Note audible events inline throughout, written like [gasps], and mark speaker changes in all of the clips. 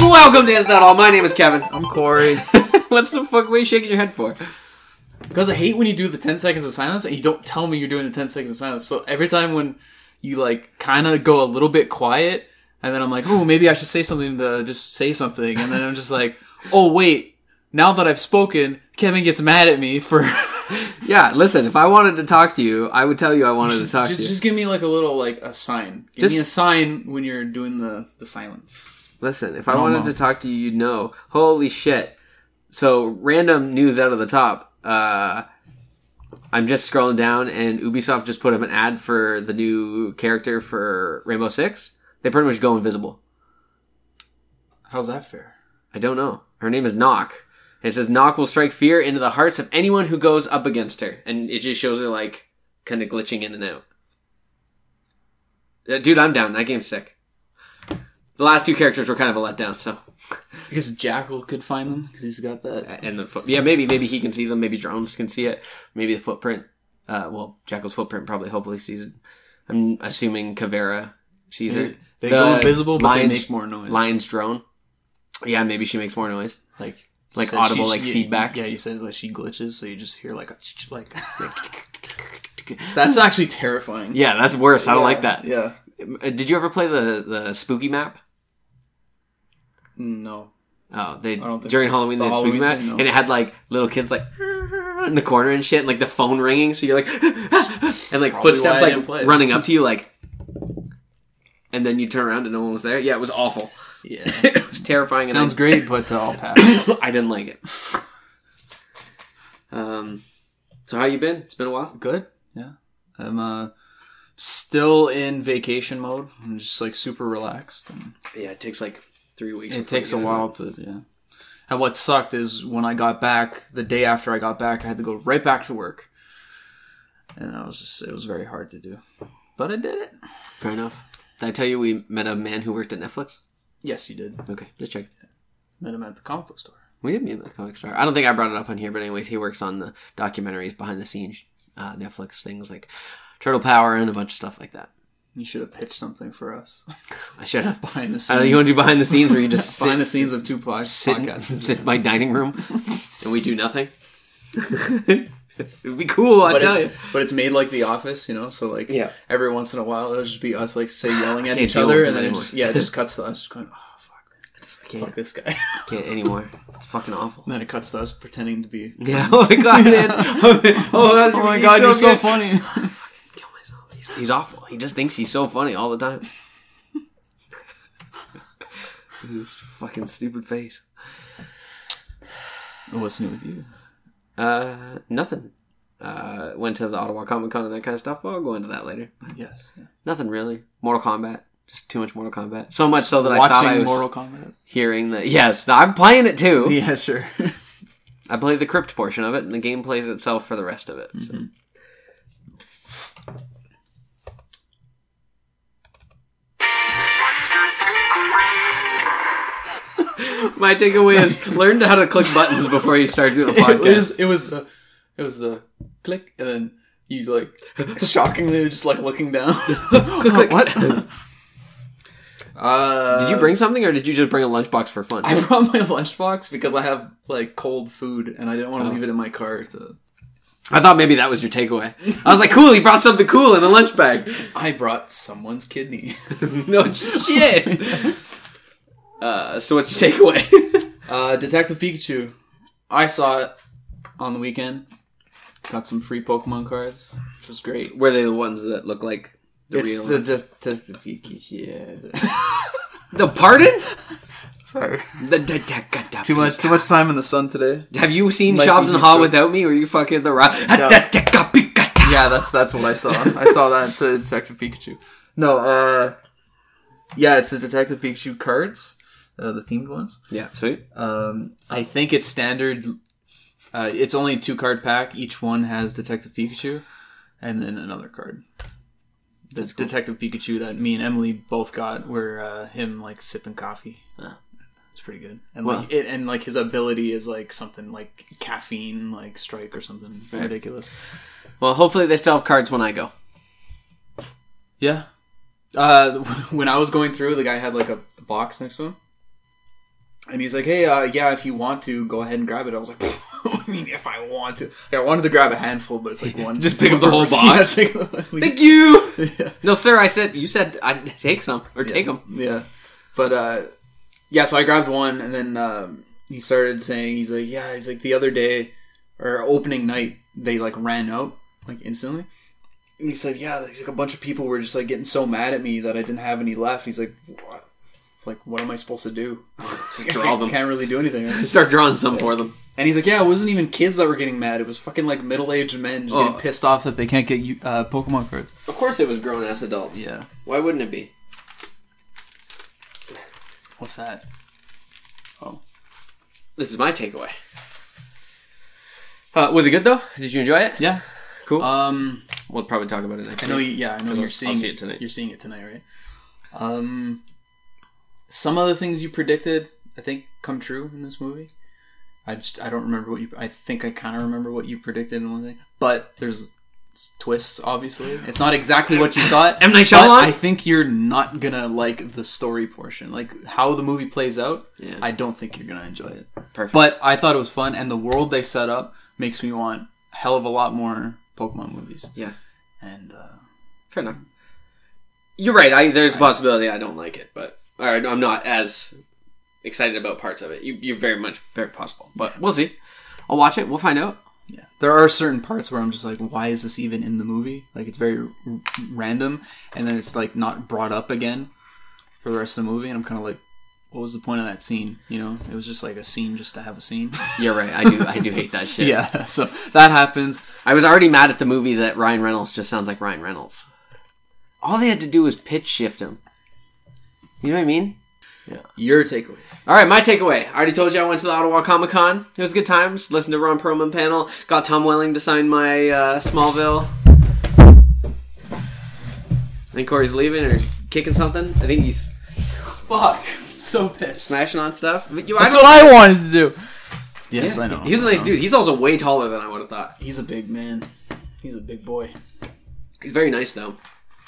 Speaker 1: Welcome to It's Not All. My name is Kevin.
Speaker 2: I'm Corey.
Speaker 1: What's the fuck? What are you shaking your head for?
Speaker 2: Because I hate when you do the 10 seconds of silence and you don't tell me you're doing the 10 seconds of silence. So every time when you like kind of go a little bit quiet and then I'm like, oh, maybe I should say something to just say something. And then I'm just like, oh, wait, now that I've spoken, Kevin gets mad at me for. [laughs]
Speaker 1: Yeah, listen. If I wanted to talk to you, I would tell you I wanted to talk
Speaker 2: just,
Speaker 1: to you.
Speaker 2: just give me like a little like a sign. Give
Speaker 1: Just-
Speaker 2: me a sign when you're doing the, the silence.
Speaker 1: Listen, if I wanted
Speaker 2: know.
Speaker 1: to talk to you, you'd know. Holy shit. So, random news out of the top. Uh, I'm just scrolling down, and Ubisoft just put up an ad for the new character for Rainbow Six. They pretty much go invisible.
Speaker 2: How's that fair?
Speaker 1: I don't know. Her name is Knock. And it says, Knock will strike fear into the hearts of anyone who goes up against her. And it just shows her, like, kind of glitching in and out. Uh, Dude, I'm down. That game's sick. The last two characters were kind of a letdown, so. uh,
Speaker 2: I guess Jackal could find them because he's got that.
Speaker 1: and the foot. Yeah, maybe maybe he can see them. Maybe drones can see it. Maybe the footprint. Uh, well, Jackal's footprint probably hopefully sees it. I'm assuming Cavera sees it.
Speaker 2: They
Speaker 1: The
Speaker 2: go invisible, but they
Speaker 1: lion's-
Speaker 2: make more noise.
Speaker 1: Lion's drone. Yeah, maybe she makes more noise.
Speaker 2: like
Speaker 1: Like
Speaker 2: said
Speaker 1: audible,
Speaker 2: she-
Speaker 1: like,
Speaker 2: yeah,
Speaker 1: feedback?
Speaker 2: Yeah, you said like she glitches, so you just hear like a ch-
Speaker 1: [laughs]
Speaker 2: like. That's actually terrifying.
Speaker 1: Yeah, that's worse. I don't like that.
Speaker 2: Yeah.
Speaker 1: Uh, Did you ever play the the spooky map?
Speaker 2: No.
Speaker 1: Oh, they
Speaker 2: don't think
Speaker 1: during
Speaker 2: so.
Speaker 1: Halloween
Speaker 2: The
Speaker 1: they had spooky
Speaker 2: Halloween
Speaker 1: map,
Speaker 2: thing, no.
Speaker 1: and it had like little kids like [laughs] in the corner and shit, and, like the phone ringing. So you're like, [laughs] and
Speaker 2: Probably
Speaker 1: like
Speaker 2: why I
Speaker 1: footsteps like
Speaker 2: didn't play it.
Speaker 1: running up to you, like, and then you turn around and no one was there. Yeah, it was awful.
Speaker 2: [laughs] Yeah.
Speaker 1: it was terrifying. and I-
Speaker 2: Sounds great, but uh, I'll pass.
Speaker 1: [coughs] I didn't like it. [laughs] Um, so how you been? It's been a while.
Speaker 2: Good. Yeah. I'm uh still in vacation mode. I'm just like super relaxed. And
Speaker 1: Yeah, it takes like three weeks.
Speaker 2: it
Speaker 1: before
Speaker 2: takes
Speaker 1: you
Speaker 2: a
Speaker 1: get
Speaker 2: while to yeah. And what sucked is when I got back the day after I got back, I had to go right back to work, and that was just it was very hard to do, but I did it.
Speaker 1: Fair enough. Did I tell you we met a man who worked at Netflix?
Speaker 2: Yes, you did.
Speaker 1: Okay, just check.
Speaker 2: Met him at the comic book store.
Speaker 1: We did meet him at the comic store. I don't think I brought it up on here, but anyways, he works on the documentaries behind the scenes, uh, Netflix things like Turtle Power and a bunch of stuff like that.
Speaker 2: You should have pitched something for us [laughs]
Speaker 1: I should have.
Speaker 2: behind the scenes.
Speaker 1: Uh, you want to do behind the scenes where you
Speaker 2: [laughs]
Speaker 1: just sit,
Speaker 2: behind the scenes of two pod-
Speaker 1: sit,
Speaker 2: podcasts?
Speaker 1: [laughs] sit in my
Speaker 2: [laughs]
Speaker 1: dining room and we do nothing? [laughs] It'd be cool, I [laughs]
Speaker 2: But
Speaker 1: tell you.
Speaker 2: it's, but it's made like The Office, you know. So like,
Speaker 1: Yeah.
Speaker 2: every once in a while, it'll just be us like
Speaker 1: [sighs]
Speaker 2: say yelling at
Speaker 1: Can't
Speaker 2: each
Speaker 1: deal
Speaker 2: other,
Speaker 1: with
Speaker 2: and
Speaker 1: it
Speaker 2: then it
Speaker 1: anymore.
Speaker 2: just yeah, it just cuts to
Speaker 1: [laughs]
Speaker 2: us just going, oh fuck,
Speaker 1: I can't,
Speaker 2: fuck this guy. [laughs] and
Speaker 1: can't anymore. It's
Speaker 2: [laughs]
Speaker 1: fucking awful. [laughs]
Speaker 2: then it cuts to us pretending to be.
Speaker 1: Yeah. Oh my
Speaker 2: [laughs]
Speaker 1: god, man. [laughs] Oh, that's,
Speaker 2: Oh my
Speaker 1: he's
Speaker 2: god, you're so
Speaker 1: good.
Speaker 2: [laughs] funny.
Speaker 1: kill myself. He's, he's awful. He just thinks he's so funny all the time. [laughs] His fucking stupid face.
Speaker 2: What's new with you?
Speaker 1: Uh, nothing. Uh, went to the Ottawa Comic Con and that kind of stuff. But I'll go into that later.
Speaker 2: Yes,
Speaker 1: Nothing really. Mortal Kombat. Just too much Mortal Kombat. So much so that I thought I
Speaker 2: watching
Speaker 1: was
Speaker 2: Mortal
Speaker 1: [laughs]
Speaker 2: Kombat.
Speaker 1: hearing the. Yes, I'm playing it too.
Speaker 2: Yeah, [laughs] sure.
Speaker 1: I play the crypt portion of it, and the game plays itself for the rest of it. So. [laughs] My takeaway is learn how to click buttons before you start [laughs] doing a
Speaker 2: it
Speaker 1: podcast.
Speaker 2: was it was the it was the click, and then you
Speaker 1: [laughs]
Speaker 2: like shockingly just like looking down.
Speaker 1: click. [laughs]
Speaker 2: What? Uh,
Speaker 1: did you bring something, or did you just bring a lunchbox for fun?
Speaker 2: I [laughs] brought my lunchbox because I have like cold food and I didn't want to leave it in my car. To...
Speaker 1: I thought maybe that was your takeaway. I was like, cool, he brought something cool in a lunch bag. [laughs]
Speaker 2: I brought someone's kidney. [laughs]
Speaker 1: no [laughs] shit. Uh, so what's your takeaway? [laughs]
Speaker 2: uh, Detective Pikachu. I saw it on the weekend. Got some free Pokemon cards, which was great.
Speaker 1: Were they the ones that look like the real?
Speaker 2: Detective Pikachu. Yeah.
Speaker 1: the pardon?
Speaker 2: [laughs] Sorry.
Speaker 1: The da- da- ga- da-
Speaker 2: Too much. Too much time in the sun today.
Speaker 1: Have you seen
Speaker 2: Might
Speaker 1: Shops
Speaker 2: be
Speaker 1: and Haw
Speaker 2: true.
Speaker 1: without me? Were you fucking the rock?
Speaker 2: Yeah, that's that's what I saw. I saw that instead of Detective Pikachu. No, uh, yeah, it's the Detective Pikachu cards, uh, the themed ones.
Speaker 1: Yeah, sweet.
Speaker 2: Um, I think it's standard. Uh, it's only a two card pack. Each one has Detective Pikachu, and then another card. The Detective Pikachu that me and Emily both got were uh, him like sipping coffee.
Speaker 1: Ah.
Speaker 2: It's pretty good, and
Speaker 1: Wow.
Speaker 2: like it, and like his ability is like something like caffeine, like strike or something ridiculous.
Speaker 1: Well, hopefully they still have cards when I go.
Speaker 2: Yeah. [laughs] Uh, when I was going through, the guy had like a box next to him, And he's like, "Hey, uh, yeah, if you want to, go ahead and grab it." I was like, [laughs] "I mean, if I want to, Like, I wanted to grab a handful, but
Speaker 1: [laughs]
Speaker 2: it's like one.
Speaker 1: Just pick up the whole
Speaker 2: [laughs] Yeah,
Speaker 1: box.
Speaker 2: take the-
Speaker 1: Thank
Speaker 2: [laughs]
Speaker 1: you. No, sir. I said you said I'd take some or take 'em. take them.
Speaker 2: Yeah. But uh yeah, so I grabbed one and then um he started saying he's like, Yeah, he's like the other day or opening night they like ran out like instantly. And he said, Yeah, he's like a bunch of people were just like getting so mad at me that I didn't have any left. He's like, What like what am I supposed to do?
Speaker 1: Just draw
Speaker 2: I
Speaker 1: them. [laughs]
Speaker 2: can't really do anything.
Speaker 1: Start drawing some for them.
Speaker 2: And he's like, yeah, it wasn't even kids that were getting mad. It was fucking like middle aged men just
Speaker 1: Oh.
Speaker 2: getting pissed off that they can't get you- uh, Pokemon cards.
Speaker 1: Of course, it was grown ass adults.
Speaker 2: Yeah.
Speaker 1: Why wouldn't it be?
Speaker 2: What's that? Oh.
Speaker 1: This is my takeaway. Uh, was it good though? Did you enjoy it?
Speaker 2: Yeah.
Speaker 1: Cool.
Speaker 2: Um,
Speaker 1: we'll probably talk about it next.
Speaker 2: I know. You, yeah, I know. You're
Speaker 1: I'll
Speaker 2: seeing
Speaker 1: see it tonight.
Speaker 2: You're seeing it tonight, right? Um, some of the things you predicted, I think, come true in this movie. I just I don't remember what you. I think I kind of remember what you predicted in one thing, but there's twists. Obviously, it's not exactly what you thought.
Speaker 1: [laughs] M. Night
Speaker 2: but
Speaker 1: Shyamalan?
Speaker 2: I think you're not gonna like the story portion, like how the movie plays out.
Speaker 1: Yeah.
Speaker 2: I don't think you're gonna enjoy it.
Speaker 1: Perfect.
Speaker 2: But I thought it was fun, and the world they set up makes me want a hell of a lot more Pokemon movies.
Speaker 1: Yeah.
Speaker 2: And uh,
Speaker 1: Fair enough. You're right. I, there's a possibility I don't like it, but or I'm not as excited about parts of it. You, you're very much very possible, but we'll see. I'll watch it. We'll find out.
Speaker 2: yeah, there are certain parts where I'm just like, why is this even in the movie? Like it's very r- random, and then it's like not brought up again for the rest of the movie, and I'm kind of like, what was the point of that scene? You know, it was just like a scene just to have a scene. [laughs]
Speaker 1: You're right. I do. I do hate that shit.
Speaker 2: yeah, so that happens.
Speaker 1: I was already mad at the movie that Ryan Reynolds just sounds like Ryan Reynolds. All they had to do was pitch shift him. You know what I mean?
Speaker 2: Your takeaway.
Speaker 1: All right, my takeaway. I already told you I went to the Ottawa Comic Con. It was good times. Listened to Ron Perlman panel. Got Tom Welling to sign my uh, Smallville. I think Corey's leaving or kicking something. I think he's
Speaker 2: Fuck, so pissed.
Speaker 1: smashing on stuff. But you,
Speaker 2: That's
Speaker 1: I don't-
Speaker 2: what I wanted to do. Yes, I know.
Speaker 1: He's a nice
Speaker 2: I know.
Speaker 1: dude. He's also way taller than I would have thought.
Speaker 2: He's a big man. He's a big boy.
Speaker 1: He's very nice though.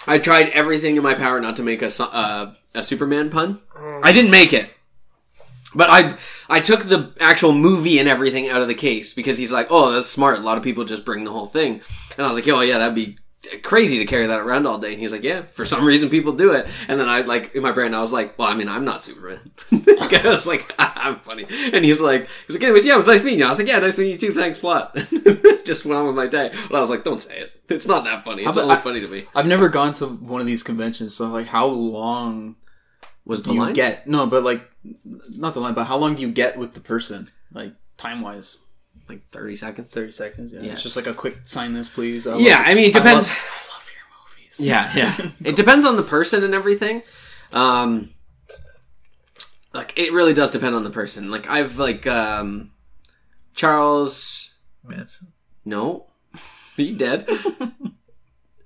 Speaker 1: I tried everything in my power not to make a su- uh, a Superman pun.
Speaker 2: Oh.
Speaker 1: I didn't make it. But I I took the actual movie and everything out of the case because he's like, oh, that's smart. A lot of people just bring the whole thing, and I was like, oh yeah, that'd be crazy to carry that around all day. And he's like, yeah, for some reason people do it. And then I like in my brain, I was like, well, I mean, I'm not Superman. [laughs] I was like, [laughs] I'm funny. And he's like, he's like, anyways, yeah, it was nice meeting you. I was like, yeah, nice meeting you too. Thanks a lot. [laughs] just went on with my day. But I was like, don't say it. It's not that funny. It's
Speaker 2: about-
Speaker 1: only
Speaker 2: I-
Speaker 1: funny to me.
Speaker 2: I've never gone to one of these conventions, so like, how long
Speaker 1: Was
Speaker 2: do you get? No, but like, not the line, but how long do you get with the person, like time wise?
Speaker 1: like 30 seconds?
Speaker 2: Thirty seconds. Yeah.
Speaker 1: Yeah.
Speaker 2: it's just like a quick sign this, please. I
Speaker 1: Yeah,
Speaker 2: love-
Speaker 1: I mean, it
Speaker 2: I
Speaker 1: depends.
Speaker 2: love- I love your movies.
Speaker 1: Yeah,
Speaker 2: [laughs]
Speaker 1: yeah. it depends on the person and everything. Um like it really does depend on the person. Like I've like um Charles
Speaker 2: Manson.
Speaker 1: No. [laughs] He
Speaker 2: [laughs]
Speaker 1: dead.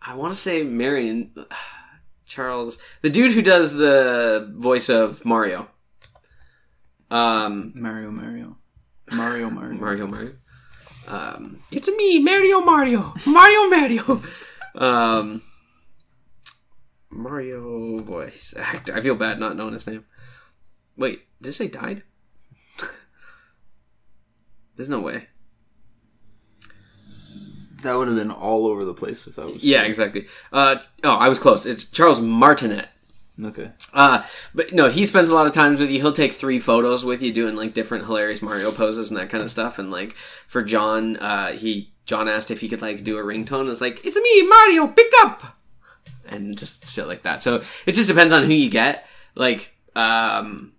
Speaker 1: I want to say Marion [sighs] Charles, the dude who does the voice of Mario. Um
Speaker 2: Mario, Mario, Mario, Mario.
Speaker 1: Mario Mario. Um, it's me, Mario Mario, Mario Mario. Um, Mario voice actor. I feel bad not knowing his name. Wait, did it say died? [laughs] There's no way.
Speaker 2: [laughs] That would have been all over the place if that was.
Speaker 1: Yeah, exactly. Uh, oh, I was close. It's Charles Martinet.
Speaker 2: Okay.
Speaker 1: Uh, but no, he spends a lot of times with you. He'll take three photos with you doing like different hilarious Mario poses and that kind of stuff. And like for John, uh, he John asked if he could like do a ringtone. It's like it's me Mario, pick up, and just shit like that. So it just depends on who you get. Like um,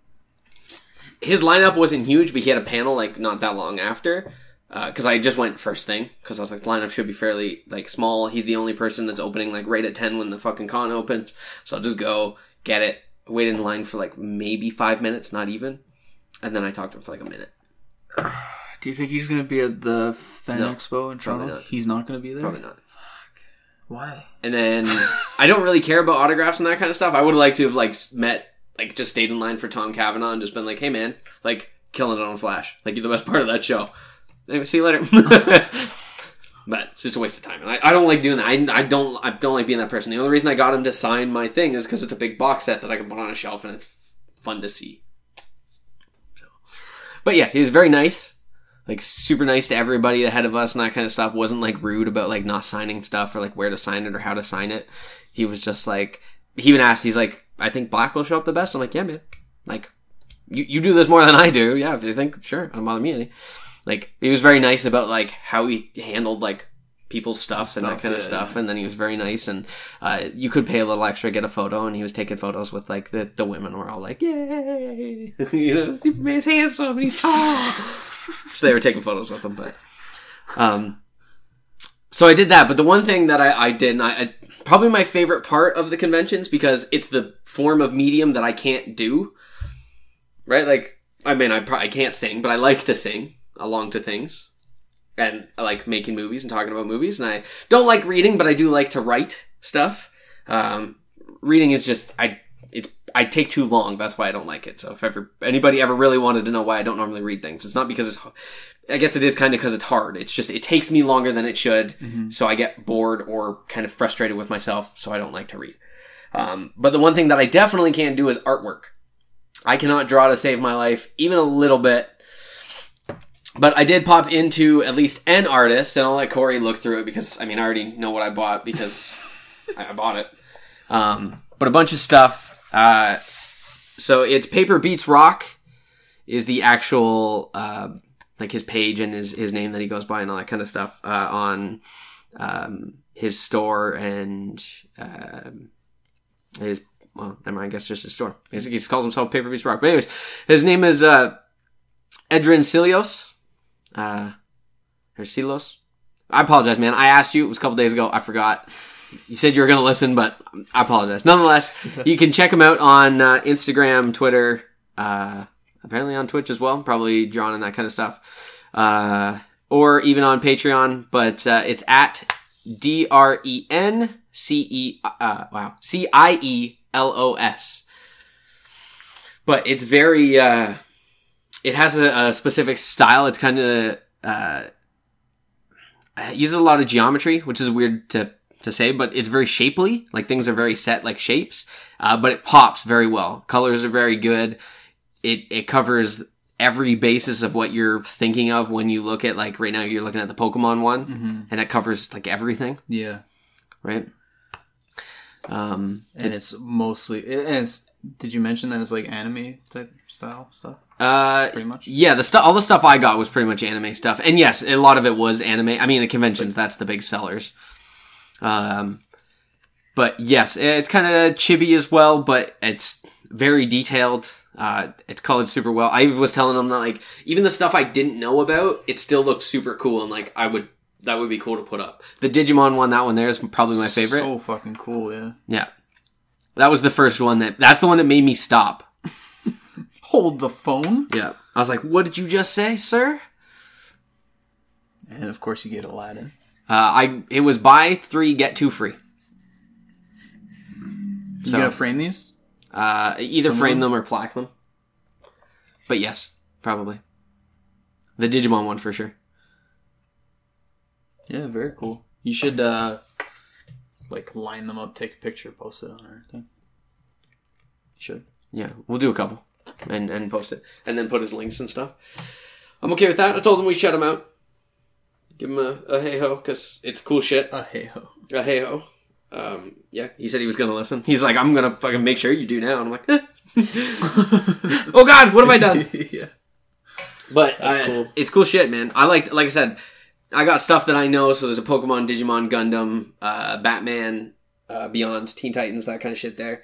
Speaker 1: his lineup wasn't huge, but he had a panel like not that long after. Because Uh, I just went first thing because I was like the lineup should be fairly like small. He's the only person that's opening like right at ten when the fucking con opens, so I'll just go get it. Wait in line for like maybe five minutes, not even, and then I talked to him for like a minute.
Speaker 2: Do you think he's gonna be at the Fan
Speaker 1: No,
Speaker 2: Expo in
Speaker 1: probably
Speaker 2: Toronto?
Speaker 1: not.
Speaker 2: He's not gonna be there.
Speaker 1: Probably not.
Speaker 2: Why?
Speaker 1: And then I don't really care about autographs and that kind of stuff. I would have liked to have like met, like just stayed in line for Tom Cavanaugh and just been like, "Hey man, like killing it on Flash. Like you're the best part of that show." Anyway, see you later. [laughs] but it's just a waste of time, and I, I don't like doing that. I, I don't I don't like being that person. The only reason I got him to sign my thing is because it's a big box set that I can put on a shelf and it's fun to see. So But yeah, he was very nice, like super nice to everybody ahead of us and that kind of stuff. Wasn't like rude about like not signing stuff or like where to sign it or how to sign it. He was just like, he even asked, he's like, I think black will show up the best. I'm like, yeah, man. Like, you, you do this more than I do. Yeah, if you think, sure, it don't bother me any. Like, he was very nice about like how he handled like people's stuff, and that
Speaker 2: Stuff,
Speaker 1: kind of
Speaker 2: yeah,
Speaker 1: stuff.
Speaker 2: yeah.
Speaker 1: And then he was very nice and uh, you could pay a little extra, get a photo, and he was taking photos with like the, the women were all like, Yay [laughs] You know, Superman's handsome and
Speaker 2: [laughs]
Speaker 1: he's tall So they were taking photos with him, but um so I did that, but the one thing that I, I did, and I, I probably my favorite part of the conventions because it's the form of medium that I can't do, right? Like, I mean, I probably can't sing, but I like to sing along to things, and I like making movies and talking about movies. And I don't like reading, but I do like to write stuff. Um, reading is just I it's I take too long. That's why I don't like it. So if ever anybody ever really wanted to know why I don't normally read things, it's not because it's. I guess it is kind of because it's hard. It's just it takes me longer than it should, so I get bored or kind of frustrated with myself. So I don't like to read. Um, but the one thing that I definitely can do is artwork. I cannot draw to save my life, even a little bit. But I did pop into at least an artist, and I'll let Corey look through it because I mean I already know what I bought because I I bought it. Um, but a bunch of stuff. Uh, so it's Paper Beats Rock is the actual uh, like his page and his his name that he goes by and all that kind of stuff uh, on um, his store and um his well, never mind, I guess just his store. He's- He calls himself Paper Beats Rock. But anyways, his name is uh, Edrin Cilios. Uh, or Cilios. I apologize, man. I asked you. It was a couple days ago. I forgot. You said you were going to listen, but I apologize. Nonetheless, you can check him out on uh, Instagram, Twitter, uh, apparently on Twitch as well. Probably drawn and that kind of stuff. Uh, or even on Patreon, but uh, it's at D R E N C E uh wow C I E L O S. But it's very uh it has a, a specific style. It's kind of uh it uses a lot of geometry, which is weird to to say, but it's very shapely. Like things are very set like shapes, uh, but it pops very well. Colors are very good. It it covers every basis of what you're thinking of when you look at like right now you're looking at the Pokemon one
Speaker 2: Mm-hmm.
Speaker 1: and it covers like everything,
Speaker 2: Yeah,
Speaker 1: right? Um,
Speaker 2: and it's mostly. It, and it's, did you mention that it's like anime type style stuff?
Speaker 1: uh,
Speaker 2: Pretty much.
Speaker 1: yeah, the stuff, all the stuff I got was pretty much anime stuff, and yes, a lot of it was anime. I mean, at conventions, that's the big sellers. Um, but yes, it's kind of chibi as well, but it's very detailed. Uh, it's colored super well. I was telling them that like even the stuff I didn't know about, it still looked super cool, and like I would that would be cool to put up. The Digimon one, that one there is probably my favorite.
Speaker 2: So fucking cool. Yeah.
Speaker 1: Yeah. That was the first one that that's the one that made me stop.
Speaker 2: Hold the phone.
Speaker 1: Yeah. I was like, "What did you just say, sir?"
Speaker 2: And of course, you get Aladdin.
Speaker 1: Uh, I it was buy 3 get 2 free.
Speaker 2: You
Speaker 1: So
Speaker 2: gonna frame these?
Speaker 1: uh either
Speaker 2: Some
Speaker 1: frame
Speaker 2: of
Speaker 1: them or plaque them. But yes, probably. The Digimon one for sure.
Speaker 2: Yeah, very cool. You should uh like line them up, take a picture, post it on everything. You should.
Speaker 1: Yeah, we'll do a couple and and post it and then put his links and stuff. I'm okay with that. I told him we shut him out. Give him a, a hey ho because it's cool shit.
Speaker 2: Uh hey [laughs] ho.
Speaker 1: Uh, hey ho. Um, yeah, he said he was gonna listen. He's like, I'm gonna fucking make sure you do now. And I'm like, eh. [laughs] oh god, what have I done?
Speaker 2: yeah.
Speaker 1: But
Speaker 2: That's
Speaker 1: uh,
Speaker 2: cool.
Speaker 1: it's cool shit, man. I like, like I said, I got stuff that I know. So there's a Pokemon, Digimon, Gundam, uh, Batman, uh, Beyond, Teen Titans, that kind of shit there.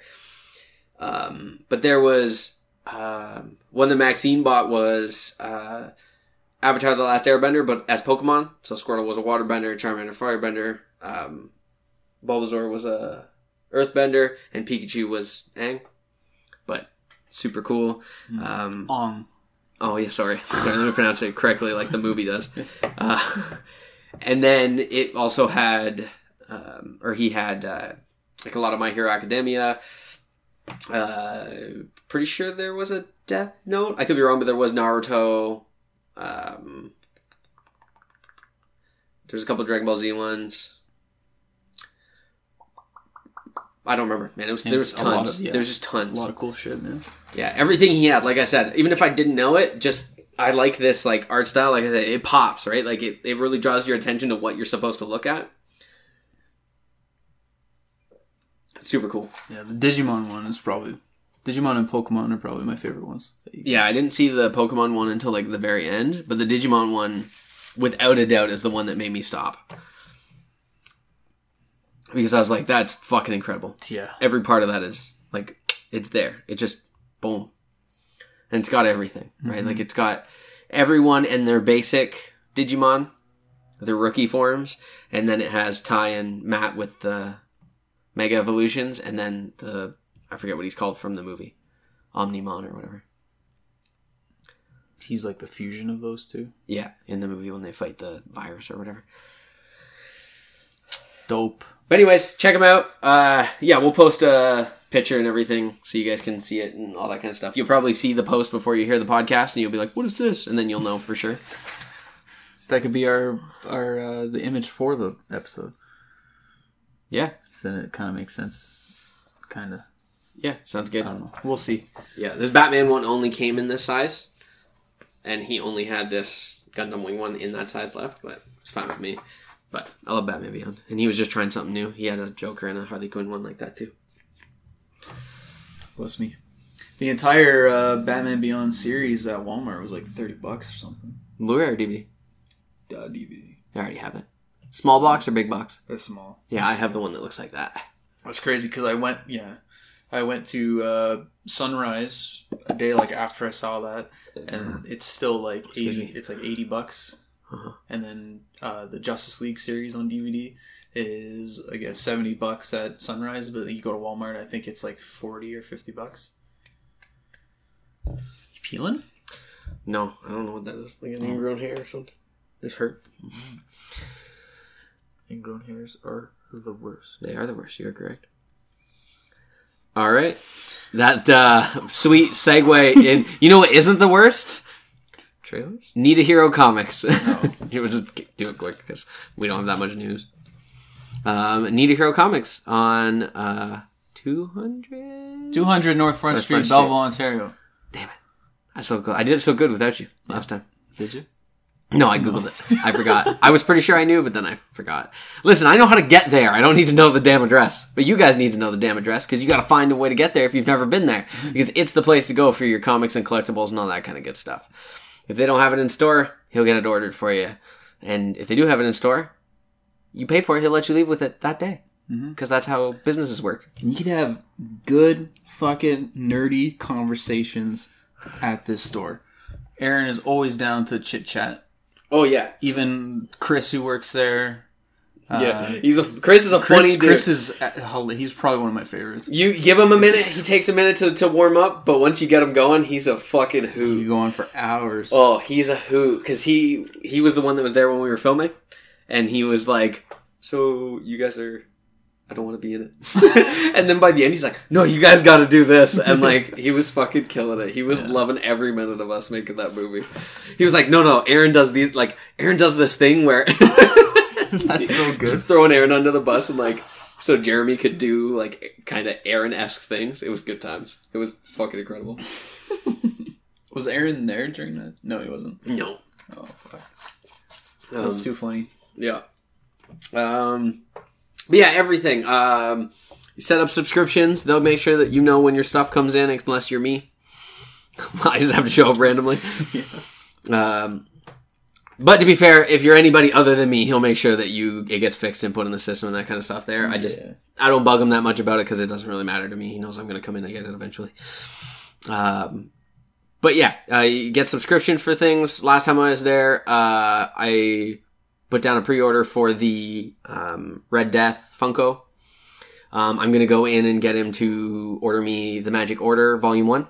Speaker 1: Um, but there was um one that Maxine bought was uh, Avatar: The Last Airbender, but as Pokemon. So Squirtle was a Waterbender, Charmander Firebender, um, Bulbasaur was a Earthbender, and Pikachu was Aang. But super cool.
Speaker 2: Hmm.
Speaker 1: Um,
Speaker 2: On.
Speaker 1: Oh yeah, sorry. [laughs] I'm going to pronounce it correctly, like the movie does. Uh, [laughs] and then it also had, um, or he had, uh, like a lot of My Hero Academia. Uh, pretty sure there was a Death Note. I could be wrong, but there was Naruto. Um, there's a couple Dragon Ball Z ones. I don't remember, man. It was
Speaker 2: Yeah,
Speaker 1: there was
Speaker 2: just a lot
Speaker 1: tons.
Speaker 2: of- yeah.
Speaker 1: There's just
Speaker 2: A
Speaker 1: tons.
Speaker 2: lot of cool shit, man.
Speaker 1: Yeah, everything he had, like I said, even if I didn't know it, just I like this like art style. Like I said, it pops right. Like it, it really draws your attention to what you're supposed to look at. It's super cool.
Speaker 2: Yeah, the Digimon one is probably Digimon and Pokemon are probably my favorite ones.
Speaker 1: Yeah, I didn't see the Pokemon one until like the very end, but the Digimon one, without a doubt, is the one that made me stop because I was like, "That's fucking incredible."
Speaker 2: Yeah.
Speaker 1: Every part of that is like it's there. It just boom, and it's got everything right. Like it's got everyone and their basic Digimon, their rookie forms, and then it has Ty and Matt with the Mega Evolutions, and then the I forget what he's called from the movie, Omnimon or whatever.
Speaker 2: He's like the fusion of those two.
Speaker 1: Yeah, in the movie when they fight the virus or whatever.
Speaker 2: Dope.
Speaker 1: But anyways, check them out. Uh, yeah, we'll post a picture and everything so you guys can see it and all that kind of stuff. You'll probably see the post before you hear the podcast, and you'll be like, "What is this?" And then you'll know for sure.
Speaker 2: That could be our our uh, the image for the episode.
Speaker 1: Yeah,
Speaker 2: Then it kind of makes sense. Kind of.
Speaker 1: yeah, sounds good.
Speaker 2: I don't know. We'll see.
Speaker 1: Yeah, this Batman one only came in this size, and he only had this Gundam Wing one in that size left, but it's fine with me. But I love Batman Beyond, and he was just trying something new. He had a Joker and a Harley Quinn one like that too.
Speaker 2: Bless me. The entire uh, Batman Beyond series at Walmart was like thirty bucks or something.
Speaker 1: Blu-ray or DVD?
Speaker 2: Uh, DVD.
Speaker 1: I already have it. Small box or big box?
Speaker 2: That's small.
Speaker 1: Yeah, I have the one that looks like that.
Speaker 2: That's crazy because I went, yeah, I went to uh, Sunrise a day like after I saw that, and it's still like
Speaker 1: Excuse
Speaker 2: eighty.
Speaker 1: me.
Speaker 2: It's like eighty bucks,
Speaker 1: Uh-huh.
Speaker 2: and then uh, the Justice League series on DVD is again seventy bucks at Sunrise, but you go to Walmart, I think it's like forty or fifty bucks. You peeling?
Speaker 1: No, I don't know what that is. Like an ingrown hair or something. This hurt.
Speaker 2: Ingrown hairs are the worst.
Speaker 1: They are the worst. You're correct. All right, that uh, sweet segue in. You know what isn't the worst?
Speaker 2: Trailers?
Speaker 1: Need a Hero Comics. [laughs] You would just do it quick because we don't have that much news. Um, Need a Hero Comics on uh, two hundred.
Speaker 2: Two hundred North Front
Speaker 1: North
Speaker 2: Street,
Speaker 1: Front Street.
Speaker 2: Belleville, Ontario.
Speaker 1: Damn it! I so good. I did so good without you last time.
Speaker 2: Did you?
Speaker 1: No, I googled it. I forgot. I was pretty sure I knew, but then I forgot. Listen, I know how to get there. I don't need to know the damn address, but you guys need to know the damn address because you got to find a way to get there if you've never been there, because it's the place to go for your comics and collectibles and all that kind of good stuff. If they don't have it in store, he'll get it ordered for you, and if they do have it in store, you pay for it. He'll let you leave with it that day, because that's how businesses work.
Speaker 2: And you could have good fucking nerdy conversations at this store. Aaron is always down to chit chat.
Speaker 1: Oh yeah,
Speaker 2: Even Chris, who works there, Uh,
Speaker 1: yeah. He's a Chris is a
Speaker 2: Chris, Chris is at- he's probably one of my favorites.
Speaker 1: You give him a minute, he takes a minute to, to warm up, but once you get him going, he's a fucking
Speaker 2: You
Speaker 1: hoot.
Speaker 2: go on for hours.
Speaker 1: Oh, he's a hoot because he he was the one that was there when we were filming, and he was like, "So you guys are, I don't want to be in it." [laughs] and then by the end, he's like, "No, you guys got to do this," and like he was fucking killing it. He was loving every minute of us making that movie. He was like, "No, no, Aaron does the like Aaron does this thing where." [laughs]
Speaker 2: That's so good.
Speaker 1: throwing Aaron under the bus and like so Jeremy could do like kind of Aaron esque things. It was good times. It was fucking incredible.
Speaker 2: Was Aaron there during that? No, he wasn't.
Speaker 1: No,
Speaker 2: Oh, fuck.
Speaker 1: um,
Speaker 2: That's too funny.
Speaker 1: yeah, um, but yeah, everything. Um, you set up subscriptions. They'll make sure that you know when your stuff comes in, unless you're me. [laughs] I just have to show
Speaker 2: [laughs]
Speaker 1: up randomly. Um, but to be fair, if you're anybody other than me, he'll make sure that you it gets fixed and put in the system and that kind of stuff. There, I just
Speaker 2: Yeah.
Speaker 1: I don't bug him that much about it because it doesn't really matter to me. He knows I'm going to come in and get it eventually. Um, but yeah, uh, you get subscription for things. Last time I was there, uh, I put down a pre-order for the um, Red Death Funko. Um, I'm going to go in and get him to order me the Magic Order Volume One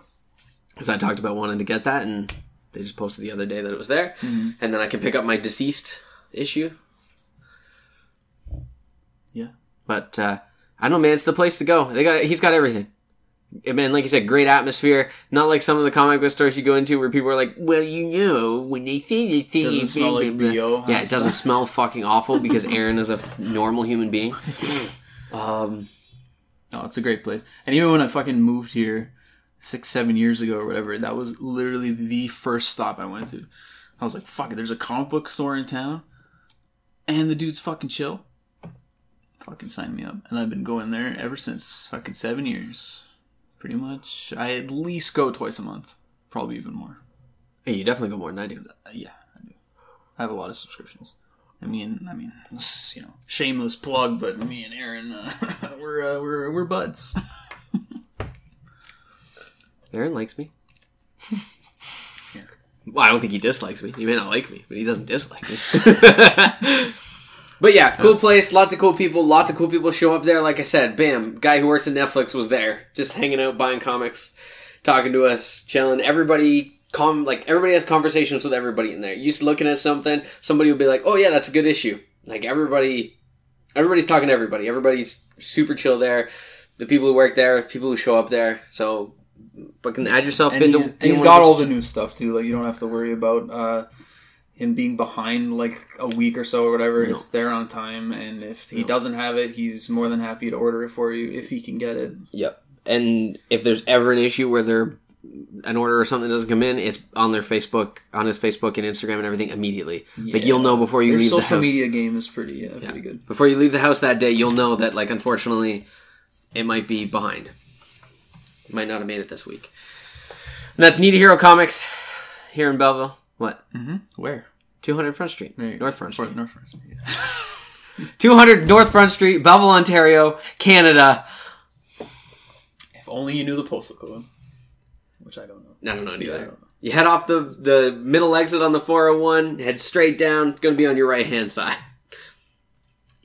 Speaker 1: because I talked about wanting to get that, and they just posted the other day that it was there, and then I can pick up my deceased issue.
Speaker 2: Yeah.
Speaker 1: But uh, I don't know, man. It's the place to go. They got he's got everything. I mean, like you said, great atmosphere. Not like some of the comic book stores you go into where people are like, "Well, you know, when they see the thing,
Speaker 2: Doesn't smell like BO.
Speaker 1: yeah, it [laughs] doesn't smell fucking awful because Aaron is a normal human being. Um,
Speaker 2: Oh, No, it's a great place. And even when I fucking moved here, six, seven years ago or whatever, that was literally the first stop I went to. I was like, fuck it, there's a comic book store in town and the dude's fucking chill. Fucking sign me up. And I've been going there ever since fucking seven years. Pretty much. I at least go twice a month. Probably even more.
Speaker 1: Hey, you definitely go more than I do.
Speaker 2: Uh, yeah, I do. I have a lot of subscriptions. I mean, I mean, it's, you know, shameless plug, but me and Aaron, uh, [laughs] we're uh, we're we're buds.
Speaker 1: Aaron likes me.
Speaker 2: Yeah.
Speaker 1: Well, I don't think he dislikes me. He may not like me, but he doesn't dislike [laughs] me. but yeah, cool place, lots of cool people, lots of cool people show up there. Like I said, bam, guy who works at Netflix was there, just hanging out, buying comics, talking to us, chilling. Everybody com like everybody has conversations with everybody in there. You just looking at something, somebody will be like, "Oh yeah, that's a good issue." Like everybody, everybody's talking to everybody. Everybody's super chill there. The people who work there, people who show up there. So, fucking add yourself
Speaker 2: and
Speaker 1: into.
Speaker 2: he's, and
Speaker 1: being
Speaker 2: he's
Speaker 1: one of
Speaker 2: got
Speaker 1: those-
Speaker 2: all the new stuff too. Like you don't have to worry about uh, him being behind like a week or so or whatever.
Speaker 1: No.
Speaker 2: It's there on time, and if he doesn't have it, he's more than happy to order it for you if he can get it.
Speaker 1: Yep. And if there's ever an issue where they're an order or something doesn't come in, it's on their Facebook, on his Facebook and Instagram and everything immediately. Like
Speaker 2: Yeah.
Speaker 1: you'll know before you
Speaker 2: Their
Speaker 1: leave the
Speaker 2: social
Speaker 1: house.
Speaker 2: media game is pretty uh, pretty good.
Speaker 1: Before you leave the house that day, you'll know that like unfortunately, it might be behind. It might not have made it this week. And that's Needy Hero Comics here in Belleville. What
Speaker 2: Where?
Speaker 1: two hundred Front Street,
Speaker 2: There you go.
Speaker 1: North Front Street,
Speaker 2: North Front. Yeah.
Speaker 1: 200 North Front Street, Belleville, Ontario, Canada.
Speaker 2: If only you knew the postal code, which I don't know.
Speaker 1: I don't know any
Speaker 2: Yeah,
Speaker 1: of
Speaker 2: I
Speaker 1: that.
Speaker 2: don't know.
Speaker 1: You head off the the middle exit on the 401, head straight down. It's going to be on your right hand side.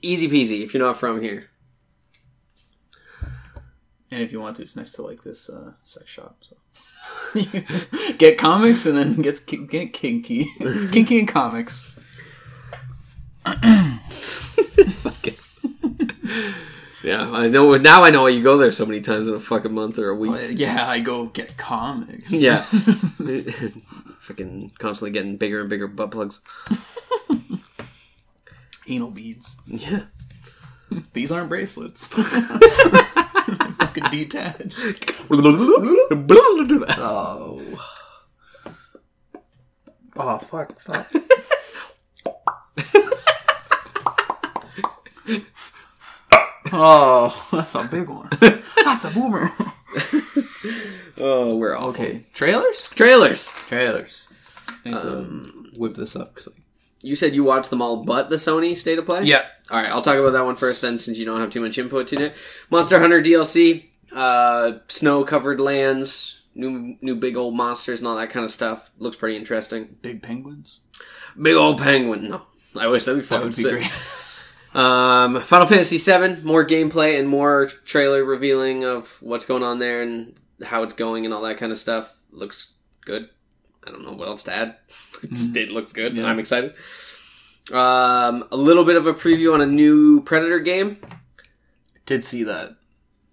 Speaker 1: Easy peasy if you're not from here.
Speaker 2: And if you want to, it's next to like this uh, sex shop. So [laughs] get comics and then get ki- get kinky, [laughs] kinky and comics.
Speaker 1: Yeah, I know. Now I know why you go there so many times in a fucking month or a week.
Speaker 2: Uh, yeah, I go get [laughs] comics.
Speaker 1: Oh, Yeah, [laughs] fucking constantly getting bigger and bigger butt plugs.
Speaker 2: anal beads.
Speaker 1: Yeah,
Speaker 2: These aren't bracelets. [laughs] Fucking detach. Oh. Oh fuck! It's not. oh, that's a big [laughs] one. That's a boomer.
Speaker 1: oh, we're awful.
Speaker 2: Okay, trailers.
Speaker 1: Trailers.
Speaker 2: Trailers. I need to whip this up because like,
Speaker 1: You said you watched them all, but the Sony State of Play.
Speaker 2: yeah,
Speaker 1: All right, I'll talk about that one first, then, since you don't have too much input to it. Monster Hunter DLC, uh, snow-covered lands, new new big old monsters, and all that kind of stuff. Looks pretty interesting.
Speaker 2: big penguins.
Speaker 1: Big old penguin. No, I wish that'd be
Speaker 2: That
Speaker 1: fucking
Speaker 2: would be
Speaker 1: sick.
Speaker 2: great.
Speaker 1: Um, Final Fantasy VII, more gameplay and more trailer revealing of what's going on there and how it's going and all that kind of stuff. Looks good. I don't know what else to add. [laughs] It's- it looks good.
Speaker 2: Mm-hmm. Yeah.
Speaker 1: I'm excited. Um, a little bit of a preview on a new Predator game.
Speaker 2: Did see that.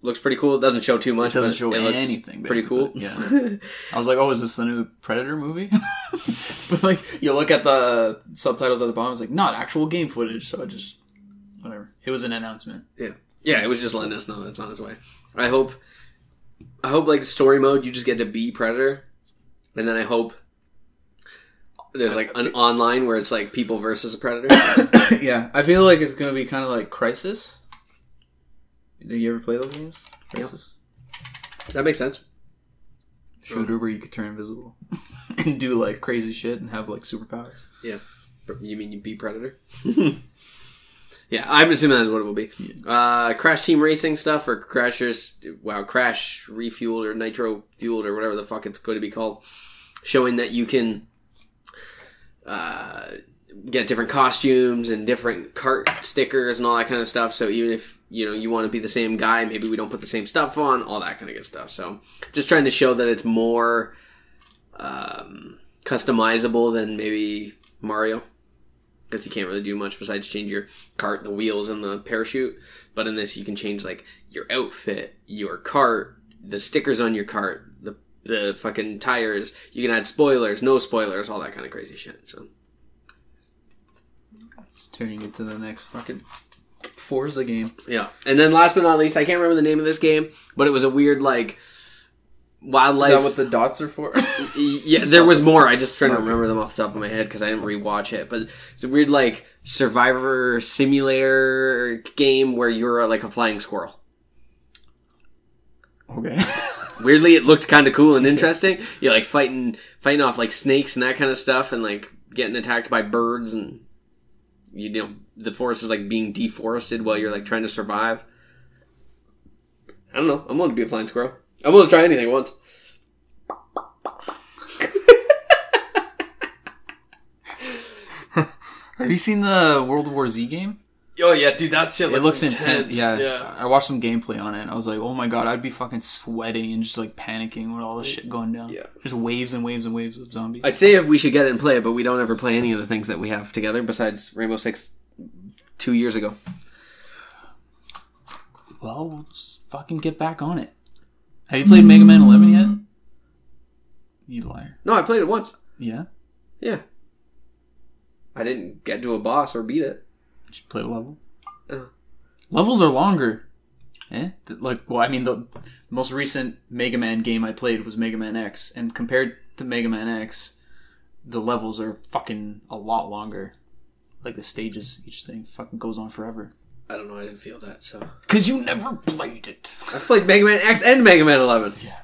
Speaker 1: looks pretty cool. It doesn't show too much.
Speaker 2: It doesn't
Speaker 1: but
Speaker 2: show
Speaker 1: it looks
Speaker 2: anything.
Speaker 1: Pretty cool.
Speaker 2: basically. Yeah.
Speaker 1: [laughs]
Speaker 2: I was like, oh, is this the new Predator movie? [laughs] but like, you look at the subtitles at the bottom, it's like not actual game footage. So I just whatever. It was an announcement.
Speaker 1: yeah, yeah. It was just letting us know that it's on its way. I hope. I hope like story mode, you just get to be predator, and then I hope there's like an online where it's like people versus a predator.
Speaker 2: [laughs] yeah, I feel like it's gonna be kind of like Crisis. Did you ever play those games? Crisis
Speaker 1: that makes sense.
Speaker 2: shooter where you could turn invisible [laughs] and do like crazy shit and have like superpowers.
Speaker 1: Yeah. You mean you be predator? [laughs] yeah, I'm assuming that's what it will be. Uh, Crash Team Racing stuff or Crashers, wow, Crash Refueled or Nitro Fueled or whatever the fuck it's going to be called, showing that you can uh, get different costumes and different cart stickers and all that kind of stuff. So even if you know you want to be the same guy, maybe we don't put the same stuff on, all that kind of good stuff. So just trying to show that it's more um, customizable than maybe Mario. Because you can't really do much besides change your cart, the wheels, and the parachute. But in this, you can change like your outfit, your cart, the stickers on your cart, the the fucking tires. You can add spoilers, no spoilers, all that kind of crazy shit. So
Speaker 2: It's turning into the next fucking Forza game.
Speaker 1: Yeah. And then last but not least, I can't remember the name of this game, but it was a weird like wildlife.
Speaker 3: Is that what the dots are for?
Speaker 1: yeah, there was more. I just trying to remember them off the top of my head because I didn't rewatch it. But it's a weird like survivor simulator game where you're uh, like a flying squirrel.
Speaker 2: [laughs] [laughs] Okay.
Speaker 1: Weirdly, it looked kind of cool and interesting. You're like fighting fighting off like snakes and that kind of stuff, and like getting attacked by birds and you know the forest is like being deforested while you're like trying to survive. I don't know. I'm willing to be a flying squirrel. I'm willing to try anything once.
Speaker 2: Have you seen the World War Z game?
Speaker 3: oh yeah, dude, that shit
Speaker 2: It looks intense. Yeah. I watched some gameplay on it. and I was like, oh my god, I'd be fucking sweating and just like panicking with all this shit going down.
Speaker 3: Yeah.
Speaker 2: Just waves and waves and waves of zombies.
Speaker 1: I'd say if we should get it and play it, but we don't ever play any of the things that we have together besides Rainbow Six two years ago.
Speaker 2: well, we'll just fucking get back on it. Have you played Mega Man 11 yet? Mm. You liar.
Speaker 1: No, I played it once.
Speaker 2: Yeah.
Speaker 1: Yeah. I didn't get to a boss or beat it.
Speaker 2: Just played a level.
Speaker 3: Oh.
Speaker 1: Ugh.
Speaker 2: Levels are longer. Eh? Th- Like, well, I mean, the most recent Mega Man game I played was Mega Man X, and compared to Mega Man X, the levels are fucking a lot longer. Like the stages, each thing fucking goes on forever.
Speaker 1: I don't know, I didn't feel that, so.
Speaker 2: Cause you never played it.
Speaker 1: I've played Mega Man X and Mega Man 11.
Speaker 2: Yeah.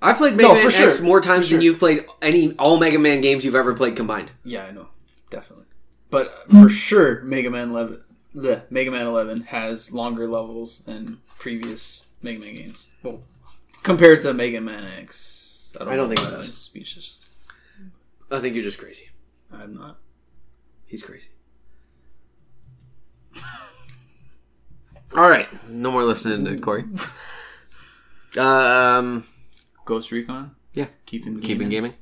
Speaker 1: I've played Mega
Speaker 2: No,
Speaker 1: Man
Speaker 2: for
Speaker 1: X
Speaker 2: sure.
Speaker 1: more times
Speaker 2: For
Speaker 1: than
Speaker 2: sure.
Speaker 1: you've played any all Mega Man games you've ever played combined.
Speaker 2: Yeah, I know, definitely. But uh, for sure, Mega Man Eleven, the Mega Man Eleven has longer levels than previous Mega Man games. Well, compared to Mega Man X,
Speaker 1: I don't
Speaker 2: know
Speaker 1: think it
Speaker 2: why
Speaker 1: does.
Speaker 2: I'm Speechless.
Speaker 1: I think you're just crazy.
Speaker 2: I'm not.
Speaker 1: He's crazy. all right, no more listening to [laughs] Corey. Um,
Speaker 2: Ghost Recon,
Speaker 1: yeah,
Speaker 2: keeping
Speaker 1: keeping gaming.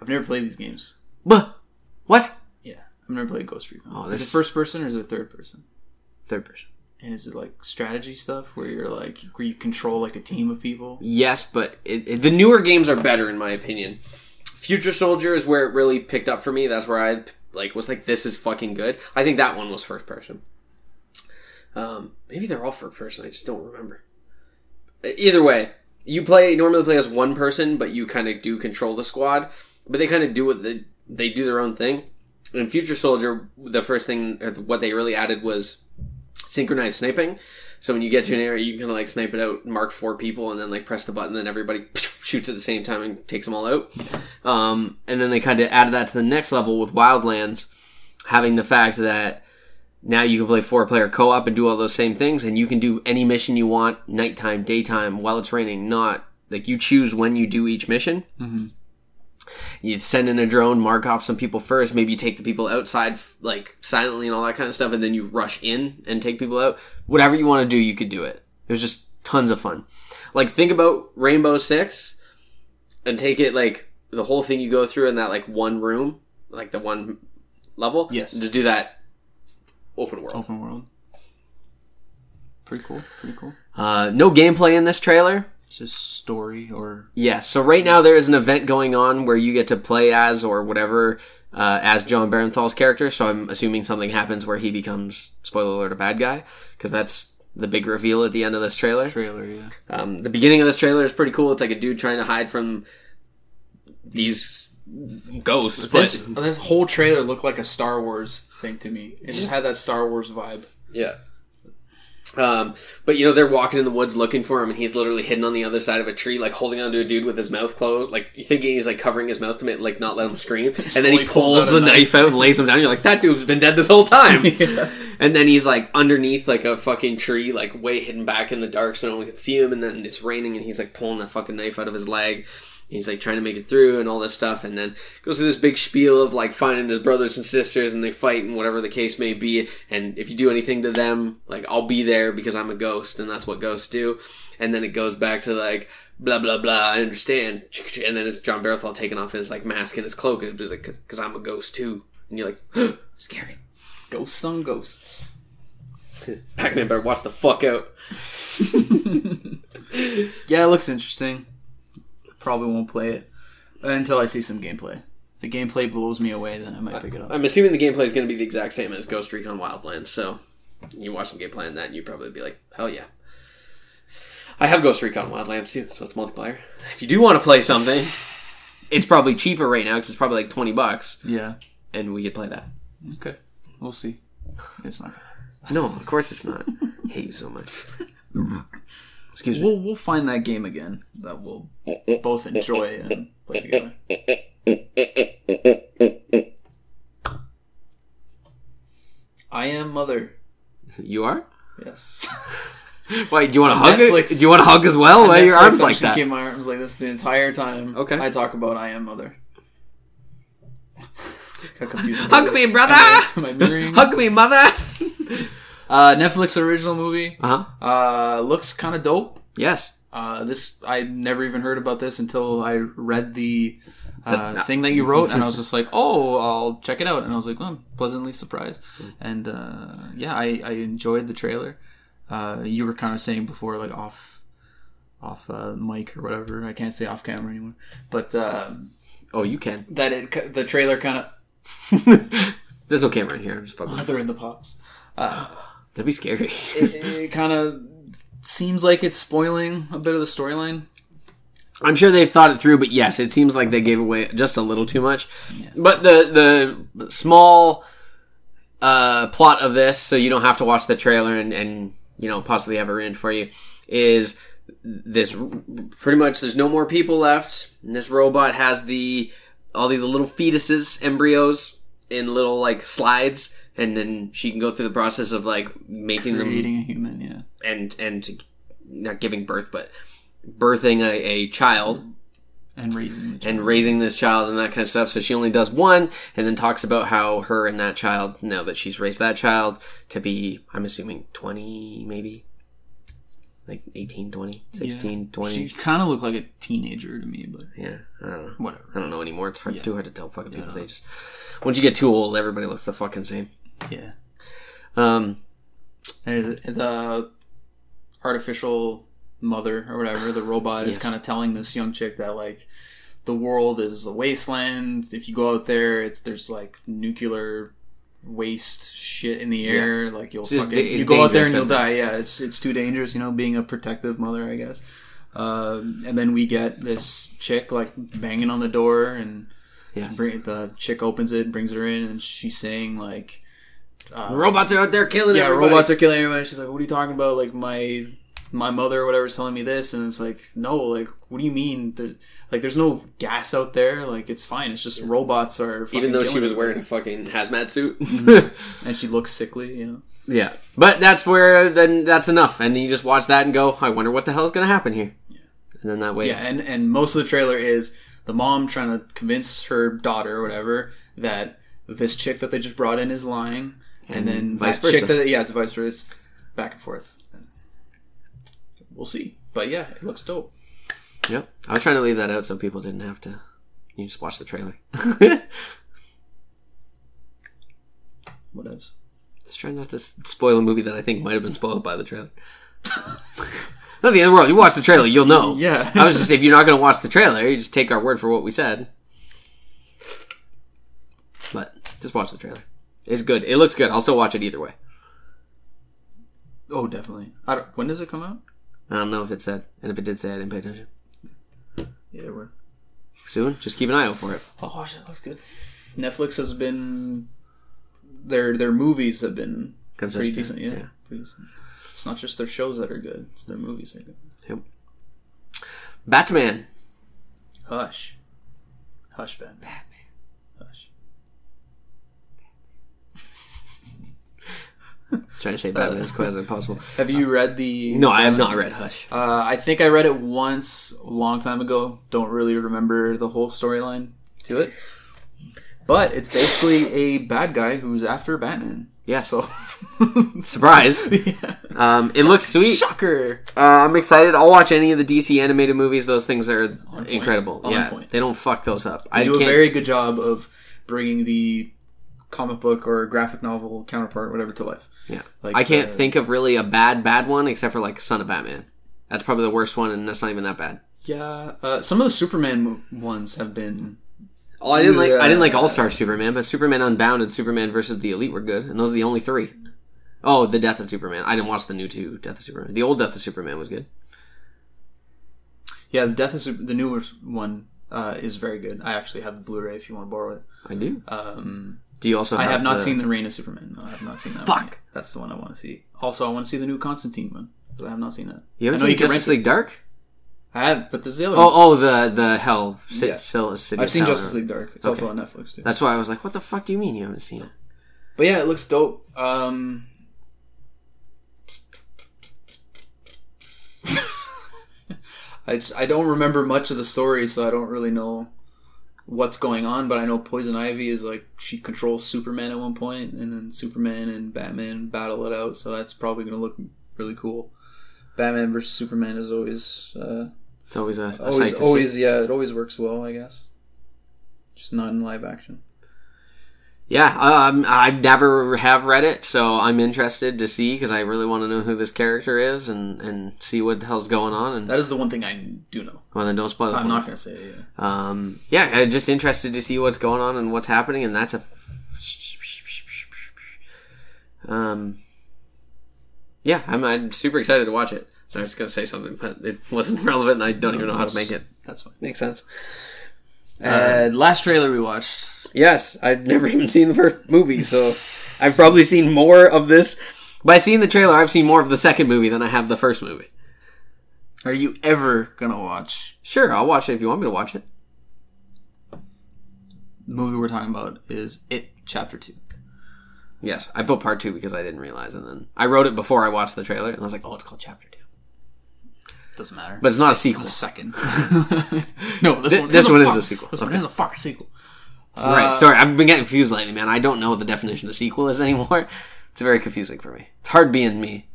Speaker 2: I've never played these games.
Speaker 1: Buh. What?
Speaker 2: Yeah, I've never played Ghost Recon.
Speaker 1: Oh,
Speaker 2: is it
Speaker 1: this-
Speaker 2: first person or is it third person?
Speaker 1: Third person.
Speaker 2: And is it like strategy stuff where you're like where you control like a team of people?
Speaker 1: Yes, but it, it- the newer games are better in my opinion. Future Soldier is where it really picked up for me. That's where I like was like, this is fucking good. I think that one was first person. Um, maybe they're all first person. I just don't remember. E- Either way, you play normally play as one person, but you kind of do control the squad. But they kind of do what they they do their own thing. In Future Soldier, the first thing or what they really added was synchronized sniping. So when you get to an area, you can like snipe it out, mark four people, and then like press the button, and everybody [laughs] shoots at the same time and takes them all out. Um, and then they kind of added that to the next level with Wildlands, having the fact that now you can play four player co op and do all those same things, and you can do any mission you want, nighttime, daytime, while it's raining, not like you choose when you do each mission. You send in a drone, mark off some people first. Maybe you take the people outside, f- like silently and all that kind of stuff, and then you rush in and take people out. Whatever you want to do, you could do it. It was just tons of fun. Like think about Rainbow Six, and take it like the whole thing you go through in that like one room, like the one level.
Speaker 2: Yes.
Speaker 1: just do that. Open world.
Speaker 2: Open world. Pretty cool. Pretty cool.
Speaker 1: Uh, no gameplay in this trailer.
Speaker 2: It's just story or
Speaker 1: Yeah, so right now there is an event going on where you get to play as or whatever uh, as John Barenthal's character. So I'm assuming something happens where he becomes spoiler alert a bad guy because that's the big reveal at the end of this trailer.
Speaker 2: trailer. Yeah.
Speaker 1: Um, the beginning of this trailer is pretty cool. It's like a dude trying to hide from these ghosts.
Speaker 2: This
Speaker 1: But,
Speaker 2: this whole trailer looked like a Star Wars thing to me. It just had that Star Wars vibe.
Speaker 1: yeah. Um, but you know they're walking in the woods looking for him, and he's literally hidden on the other side of a tree, like holding onto a dude with his mouth closed, like thinking he's like covering his mouth to make, like not let him
Speaker 2: [laughs]
Speaker 1: scream. and then
Speaker 2: slowly
Speaker 1: he
Speaker 2: pulls
Speaker 1: pulls
Speaker 2: out
Speaker 1: the
Speaker 2: a
Speaker 1: knife out and lays him down. You're like, that dude's been dead this whole
Speaker 2: [laughs]
Speaker 1: time.
Speaker 2: Yeah.
Speaker 1: And then he's like underneath like a fucking tree, like way hidden back in the dark, so no one can see him. And then it's raining, and he's like pulling that fucking knife out of his leg. He's like trying to make it through and all this stuff, and then goes through this big spiel of like finding his brothers and sisters, and they fight and whatever the case may be. And if you do anything to them, like I'll be there because I'm a ghost, and that's what ghosts do. And then it goes back to like blah blah blah. I understand. And then it's John Barathol taking off his like mask and his cloak, and it's like because I'm a ghost too. And you're like [gasps] scary.
Speaker 2: Ghosts on ghosts.
Speaker 1: Pac-Man better watch the fuck out.
Speaker 2: Yeah, it looks interesting. Probably won't play it until I see some gameplay. If the gameplay blows me away, then I might pick it up.
Speaker 1: I'm assuming the gameplay is going to be the exact same as Ghost Recon Wildlands, so you watch some gameplay on that, and you probably be like, hell yeah. I have Ghost Recon Wildlands too, so it's multiplayer. If you do want to play something, it's probably cheaper right now because it's probably like twenty bucks,
Speaker 2: Yeah.
Speaker 1: and we could play that.
Speaker 2: Okay. We'll see. It's not.
Speaker 1: No, of course it's not. I hate you so much. Excuse me.
Speaker 2: We'll we'll find that game again that we'll both enjoy and play together. I am mother.
Speaker 1: You are? [laughs]
Speaker 2: Yes.
Speaker 1: Wait, do you want to hug? It?
Speaker 2: Netflix-
Speaker 1: Do you want to hug as well? Lay your
Speaker 2: Netflix,
Speaker 1: arms
Speaker 2: I'm
Speaker 1: like that.
Speaker 2: shaking my arms like this the entire time.
Speaker 1: Okay.
Speaker 2: I talk about I am mother. [laughs] Got confused.
Speaker 1: Hug me, brother.
Speaker 2: Am I mirroring?
Speaker 1: Hug me, mother.
Speaker 2: Uh, Netflix original movie.
Speaker 1: Uh huh.
Speaker 2: Uh, looks kind of dope.
Speaker 1: Yes.
Speaker 2: Uh, this I never even heard about this until I read the uh, thing that you wrote, and I was just like, "Oh, I'll check it out." And I was like, well, pleasantly surprised. And uh, yeah, I, I enjoyed the trailer. Uh, you were kind of saying before, like off off uh, mic or whatever. I can't say off camera anymore, but um,
Speaker 1: Oh, you [laughs] can.
Speaker 2: that it ki- the trailer kind [laughs] of
Speaker 1: There's no camera in here. I'm just fucking.
Speaker 2: mother in the pops.
Speaker 1: That'd be scary.
Speaker 2: It, it kind of seems like it's spoiling a bit of the storyline.
Speaker 1: I'm sure they've thought it through, but yes, it seems like they gave away just a little too much. But the the small uh, plot of this, so you don't have to watch the trailer and, and you know possibly have it ruined for you, is this pretty much there's no more people left. And this robot has the all these little fetuses, embryos in little like slides, and then she can go through the process of like making them
Speaker 2: Creating a human, yeah.
Speaker 1: and and not giving birth, but birthing a, a child
Speaker 2: and raising the
Speaker 1: and raising this child and that kind of stuff. So she only does one and then talks about how her and that child know that she's raised that child to be, I'm assuming 20, maybe like 18, 20, 16, 20.
Speaker 2: She kind of looked like a teenager to me, but
Speaker 1: yeah. I don't know.
Speaker 2: whatever.
Speaker 1: I don't know anymore. It's hard, too hard to tell fucking people's ages. Once you get too old, everybody looks the fucking same.
Speaker 2: Yeah.
Speaker 1: Um,
Speaker 2: And the artificial mother or whatever, the robot is kind of telling this young chick that like the world is a wasteland. If you go out there, it's there's like nuclear waste shit in the air. Like you'll
Speaker 1: just
Speaker 2: fucking,
Speaker 1: da- it's
Speaker 2: you go out there
Speaker 1: dangerous,
Speaker 2: and you'll
Speaker 1: isn't it?
Speaker 2: die. Yeah, it's it's too dangerous. You know, being a protective mother, I guess. Um, and then we get this chick like banging on the door and
Speaker 1: Yeah.
Speaker 2: bring, the chick opens it brings her in and she's saying like uh,
Speaker 1: robots are out there killing
Speaker 2: yeah
Speaker 1: everybody.
Speaker 2: robots are killing everyone and she's like what are you talking about like my my mother or whatever's telling me this and it's like no like what do you mean there, like there's no gas out there like it's fine it's just robots are fucking
Speaker 1: Even though she
Speaker 2: killing Mm-hmm.
Speaker 1: was
Speaker 2: everyone.
Speaker 1: wearing a fucking hazmat [laughs] suit.
Speaker 2: and she looks sickly you know
Speaker 1: Yeah, but that's where then that's enough, and then you just watch that and go, I wonder what the hell's going to happen here. And then that way,
Speaker 2: Yeah, and and most of the trailer is the mom trying to convince her daughter or whatever that this chick that they just brought in is lying, and, then
Speaker 1: vice
Speaker 2: that chick
Speaker 1: versa.
Speaker 2: that yeah, it's vice versa, it's back and forth. We'll see, but yeah, it looks dope.
Speaker 1: yep. I was trying to leave that out so people didn't have to. You just watch the trailer. [laughs]
Speaker 2: What else?
Speaker 1: just trying not to s- spoil a movie that I think might have been spoiled by the trailer. [laughs] not the end of the world. You watch the trailer, you'll
Speaker 2: [laughs]
Speaker 1: know.
Speaker 2: Yeah.
Speaker 1: I was just if you're not going to watch the trailer, you just take our word for what we said. But just watch the trailer. It's good. It looks good. I'll still watch it either way.
Speaker 2: Oh, definitely. I don't, when does it come out?
Speaker 1: I don't know if it said, and if it did say, I didn't pay attention.
Speaker 2: Yeah, we're.
Speaker 1: Soon, just keep an eye out for it.
Speaker 2: I'll watch it. Looks good. Netflix has been their their movies have been pretty decent.
Speaker 1: Consistent,
Speaker 2: Yeah,
Speaker 1: yeah.
Speaker 2: pretty decent. It's not just their shows that are good; it's their movies that are good.
Speaker 1: Batman.
Speaker 2: Hush. Hush, Batman. Batman. Hush.
Speaker 1: Trying to say
Speaker 2: Uh,
Speaker 1: Batman as quick
Speaker 2: [laughs]
Speaker 1: as possible.
Speaker 2: Have you read the?
Speaker 1: No, I have not read Hush.
Speaker 2: Uh, I think I read it once a long time ago. Don't really remember the whole storyline to it. But it's basically a bad guy who's after Batman.
Speaker 1: Yeah, so
Speaker 2: So, [laughs]
Speaker 1: surprise.
Speaker 2: yeah.
Speaker 1: Um, it looks sweet.
Speaker 2: shocker.
Speaker 1: Uh, I'm excited. I'll watch any of the DC animated movies. Those things are
Speaker 2: point.
Speaker 1: incredible.
Speaker 2: On
Speaker 1: yeah,
Speaker 2: point.
Speaker 1: they don't fuck those up. I
Speaker 2: do
Speaker 1: can't.
Speaker 2: a very good job of bringing the comic book or graphic novel counterpart, whatever, to life.
Speaker 1: yeah.
Speaker 2: like,
Speaker 1: I can't
Speaker 2: uh,
Speaker 1: think of really a bad bad one except for like Son of Batman. That's probably the worst one, and that's not even that bad.
Speaker 2: Yeah. Uh, some of the Superman mo- ones have been
Speaker 1: Oh, I didn't like I didn't like
Speaker 2: Yeah.
Speaker 1: All Star Superman, but Superman Unbound and Superman versus the Elite were good, and those are the only three. Oh, the Death of Superman. I didn't watch the new two Death of Superman. The old Death of Superman was good.
Speaker 2: Yeah, the Death is the newest one uh, is very good. I actually have the Blu-ray if you want to borrow it.
Speaker 1: I do.
Speaker 2: Um,
Speaker 1: Do you also?
Speaker 2: I
Speaker 1: Have
Speaker 2: have not
Speaker 1: the-
Speaker 2: seen the Reign of Superman. No, I have not seen that. One
Speaker 1: Fuck.
Speaker 2: yet. that's the one I want to see. Also, I want to see the new Constantine one. But I have not seen that.
Speaker 1: You haven't
Speaker 2: I know
Speaker 1: seen
Speaker 2: can
Speaker 1: Justice
Speaker 2: rent
Speaker 1: League Dark?
Speaker 2: it. I have, but there's the other.
Speaker 1: Oh,
Speaker 2: one.
Speaker 1: oh, the the Hell City.
Speaker 3: Yeah.
Speaker 1: City
Speaker 2: I've seen
Speaker 1: Hell.
Speaker 2: Justice League Dark. It's also on Netflix too.
Speaker 1: That's why I was like, "What the fuck do you mean you haven't seen it?"
Speaker 2: But yeah, it looks dope. Um, [laughs] I just, I don't remember much of the story, so I don't really know what's going on. But I know Poison Ivy is like she controls Superman at one point, and then Superman and Batman battle it out. So that's probably gonna look really cool. Batman versus Superman is always uh,
Speaker 1: It's always a, a sight
Speaker 2: always
Speaker 1: to see.
Speaker 2: always yeah, it always works well, I guess. Just not in live action.
Speaker 1: Yeah, um, I never have read it, so I'm interested to see because I really want to know who this character is and, and see what the hell's going on. And
Speaker 2: That is the one thing I do know.
Speaker 1: well, then don't spoil it. for
Speaker 2: I'm
Speaker 1: me.
Speaker 2: not gonna say it. Yeah.
Speaker 1: Um, yeah, I'm just interested to see what's going on and what's happening, and that's a. Um, yeah, I'm, I'm super excited to watch it. So I was going to say something, but it wasn't [laughs] relevant, and I don't even know how to make it.
Speaker 2: That's fine.
Speaker 1: Makes sense.
Speaker 2: Uh, last trailer we watched.
Speaker 1: Yes, I've never [laughs] even seen the first movie, so I've probably seen more of this. By seeing the trailer, I've seen more of the second movie than I have the first movie.
Speaker 2: Are you ever gonna watch
Speaker 1: Sure, I'll watch it if you want me to watch it.
Speaker 2: the movie we're talking about? Is it Chapter Two?
Speaker 1: Yes, I put part two because I didn't realize, and then I wrote it before I watched the trailer, and I was like, "Oh, it's called Chapter 2.
Speaker 2: Doesn't matter.
Speaker 1: but it's not a sequel.
Speaker 2: the second. [laughs] no, this
Speaker 1: Thi-
Speaker 2: one.
Speaker 1: this one is
Speaker 2: fuck-
Speaker 1: a sequel.
Speaker 2: This one
Speaker 1: Okay.
Speaker 2: is a fucking sequel.
Speaker 1: right? Sorry, I've been getting confused lately, man. I don't know what the definition of sequel is [laughs] anymore. It's very confusing for me. It's hard being me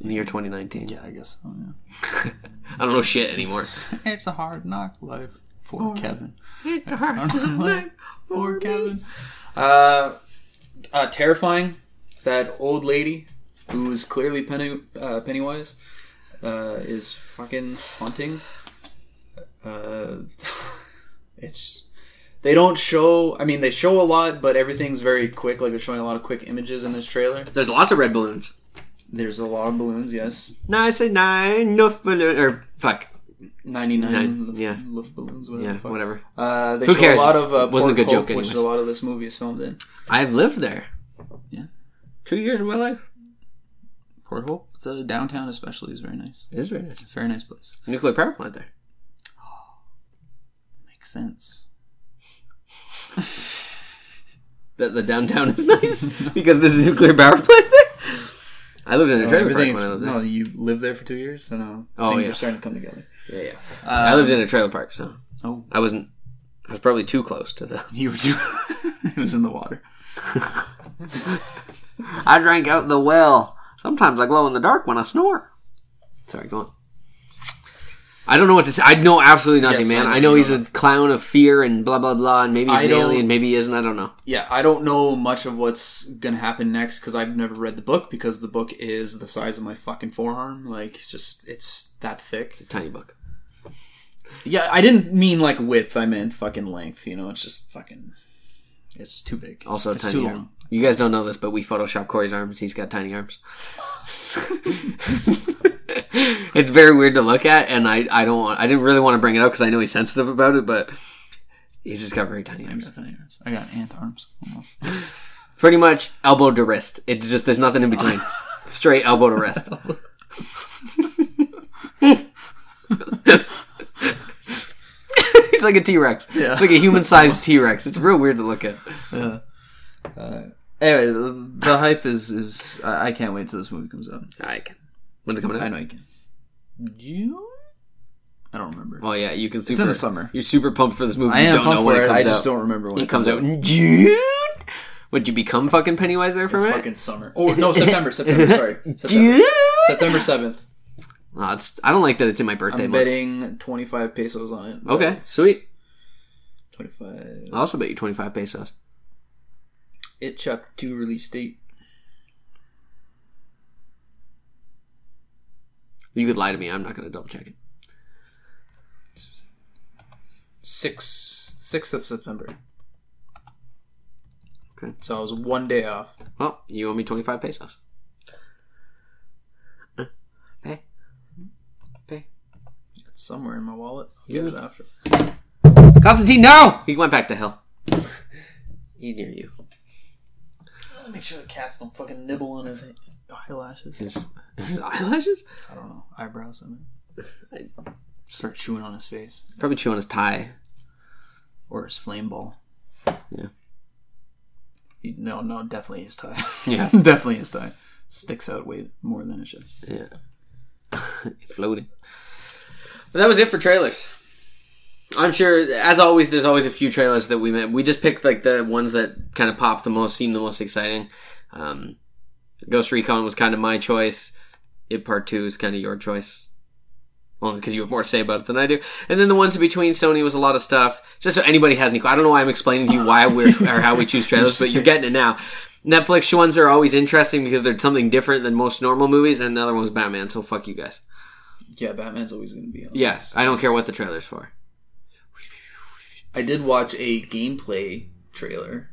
Speaker 1: in the year 2019.
Speaker 2: Yeah, I guess. Oh, yeah.
Speaker 1: I don't know shit anymore.
Speaker 2: It's a hard knock life for Kevin. [laughs] for Kevin. Uh, uh, terrifying. That old lady who is clearly Penny, uh, Pennywise uh, is fucking haunting. Uh, [laughs] it's they don't show. I mean, they show a lot, but everything's very quick. Like they're showing a lot of quick images in this trailer.
Speaker 1: There's lots of red balloons.
Speaker 2: There's a lot of balloons. Yes,
Speaker 1: Nice and nine, enough balloon or fuck,
Speaker 2: ninety nine.
Speaker 1: Nine, yeah.
Speaker 2: Luft balloons. Whatever.
Speaker 1: yeah,
Speaker 2: the fuck.
Speaker 1: whatever.
Speaker 2: Uh, they
Speaker 1: Who
Speaker 2: show
Speaker 1: cares?
Speaker 2: a lot of uh,
Speaker 1: Wasn't a
Speaker 2: Port
Speaker 1: good joke
Speaker 2: Hope, which is a
Speaker 1: anyways.
Speaker 2: lot of this movie is filmed in.
Speaker 1: I've lived there.
Speaker 2: Yeah.
Speaker 1: two years of my life.
Speaker 2: Port Hope, the downtown especially, is very nice.
Speaker 1: It is very nice.
Speaker 2: It's a very nice place.
Speaker 1: Nuclear power plant there.
Speaker 2: Makes sense.
Speaker 1: That the downtown [laughs] is nice because there's a nuclear power plant there. I lived in a trailer park
Speaker 2: Everything
Speaker 1: when
Speaker 2: is,
Speaker 1: I lived there.
Speaker 2: Oh, no, you lived there for two years, so no,
Speaker 1: Oh,
Speaker 2: things
Speaker 1: yeah.
Speaker 2: are starting to come together.
Speaker 1: Yeah, yeah. I lived in a trailer park, so
Speaker 2: Oh.
Speaker 1: I wasn't. I was probably too close to the.
Speaker 2: You were too. [laughs] it was in the water.
Speaker 1: I drank out the well. Sometimes I glow in the dark when I snore. Sorry, go on. I don't know what to say. I know absolutely nothing,
Speaker 2: Yes,
Speaker 1: man.
Speaker 2: I
Speaker 1: I
Speaker 2: know
Speaker 1: know,
Speaker 2: you
Speaker 1: he's
Speaker 2: know
Speaker 1: a clown of fear and blah blah blah, and maybe he's
Speaker 2: I
Speaker 1: an
Speaker 2: don't-
Speaker 1: alien, maybe he isn't. I don't know.
Speaker 2: Yeah, I don't know much of what's gonna happen next because I've never read the book because the book is the size of my fucking forearm. Like, just it's that thick.
Speaker 1: Tiny book.
Speaker 2: Yeah, I didn't mean like width. I meant fucking length. You know, it's just fucking. It's too big.
Speaker 1: Also,
Speaker 2: it's
Speaker 1: tiny arm. You guys don't know this, but we Photoshop Corey's arms. He's got tiny arms. [laughs] it's very weird to look at, and I, I don't want. I didn't really want to bring it up because I know he's sensitive about it, but he's just got very tiny
Speaker 2: I
Speaker 1: arms.
Speaker 2: got tiny arms. I got ant arms almost. [laughs]
Speaker 1: Pretty much elbow to wrist. It's just there's nothing
Speaker 2: [laughs]
Speaker 1: in between. Straight elbow to wrist. he's like a T Rex.
Speaker 2: Yeah.
Speaker 1: It's like a human sized T Rex. It's real weird to look at.
Speaker 2: Uh, Anyway, the, the hype is is I, I can't wait till this movie comes out.
Speaker 1: I can. When's it coming out?
Speaker 2: I know you can. June? I don't remember.
Speaker 1: Oh yeah, you can. Super,
Speaker 2: in the summer.
Speaker 1: You're super pumped for this movie.
Speaker 2: I
Speaker 1: You
Speaker 2: am
Speaker 1: don't
Speaker 2: pumped
Speaker 1: know when
Speaker 2: for
Speaker 1: it
Speaker 2: it.
Speaker 1: comes
Speaker 2: I just
Speaker 1: out.
Speaker 2: don't remember when
Speaker 1: It comes out in June. Would you become fucking Pennywise there for
Speaker 2: It's
Speaker 1: a minute?
Speaker 2: fucking summer. Or
Speaker 1: [laughs]
Speaker 2: no, September. September. Sorry, September.
Speaker 1: June.
Speaker 2: [laughs] September seventh.
Speaker 1: Aw, it's- I don't like that it's in my birthday
Speaker 2: I'm
Speaker 1: month.
Speaker 2: betting twenty five pesos on it.
Speaker 1: Okay, sweet.
Speaker 2: Twenty five.
Speaker 1: I'll also bet you 25 pesos.
Speaker 2: It chapter two release date.
Speaker 1: You could lie to me. I'm not going to double check it.
Speaker 2: Six sixth of September.
Speaker 1: Okay.
Speaker 2: So I was one day off.
Speaker 1: Well, you owe me 25 pesos. Uh, Pay. Pay.
Speaker 2: It's It's somewhere in my wallet. I'll get it after.
Speaker 1: Constantine, no! He went back to hell. He near you.
Speaker 2: Make sure the cats don't fucking nibble on his eyelashes.
Speaker 1: His, his eyelashes?
Speaker 2: I don't know. Eyebrows, I [laughs] mean. Start chewing on his face.
Speaker 1: Probably chewing his tie.
Speaker 2: Or his flame ball.
Speaker 1: Yeah.
Speaker 2: You- No, no, definitely his tie. [laughs]
Speaker 1: Yeah.
Speaker 2: definitely his tie. Sticks out way more than it should.
Speaker 1: Yeah. [laughs] Floating. But that was it for trailers. I'm sure, as always, there's always a few trailers that we met. We just picked like the ones that kind of pop the most, seem the most exciting. Um, Ghost Recon was kind of my choice. It Part Two is kind of your choice. Well, because you have more to say about it than I do. And then the ones in between Sony was a lot of stuff. Just so anybody has any, I don't know why I'm explaining to you why we're or how we choose trailers, but you're getting it now. Netflix ones are always interesting because they're something different than most normal movies, and another one's Batman. So fuck you guys.
Speaker 2: Yeah, Batman's always going to be on.
Speaker 1: Yes, I don't care what the trailer's for.
Speaker 3: I did watch a gameplay trailer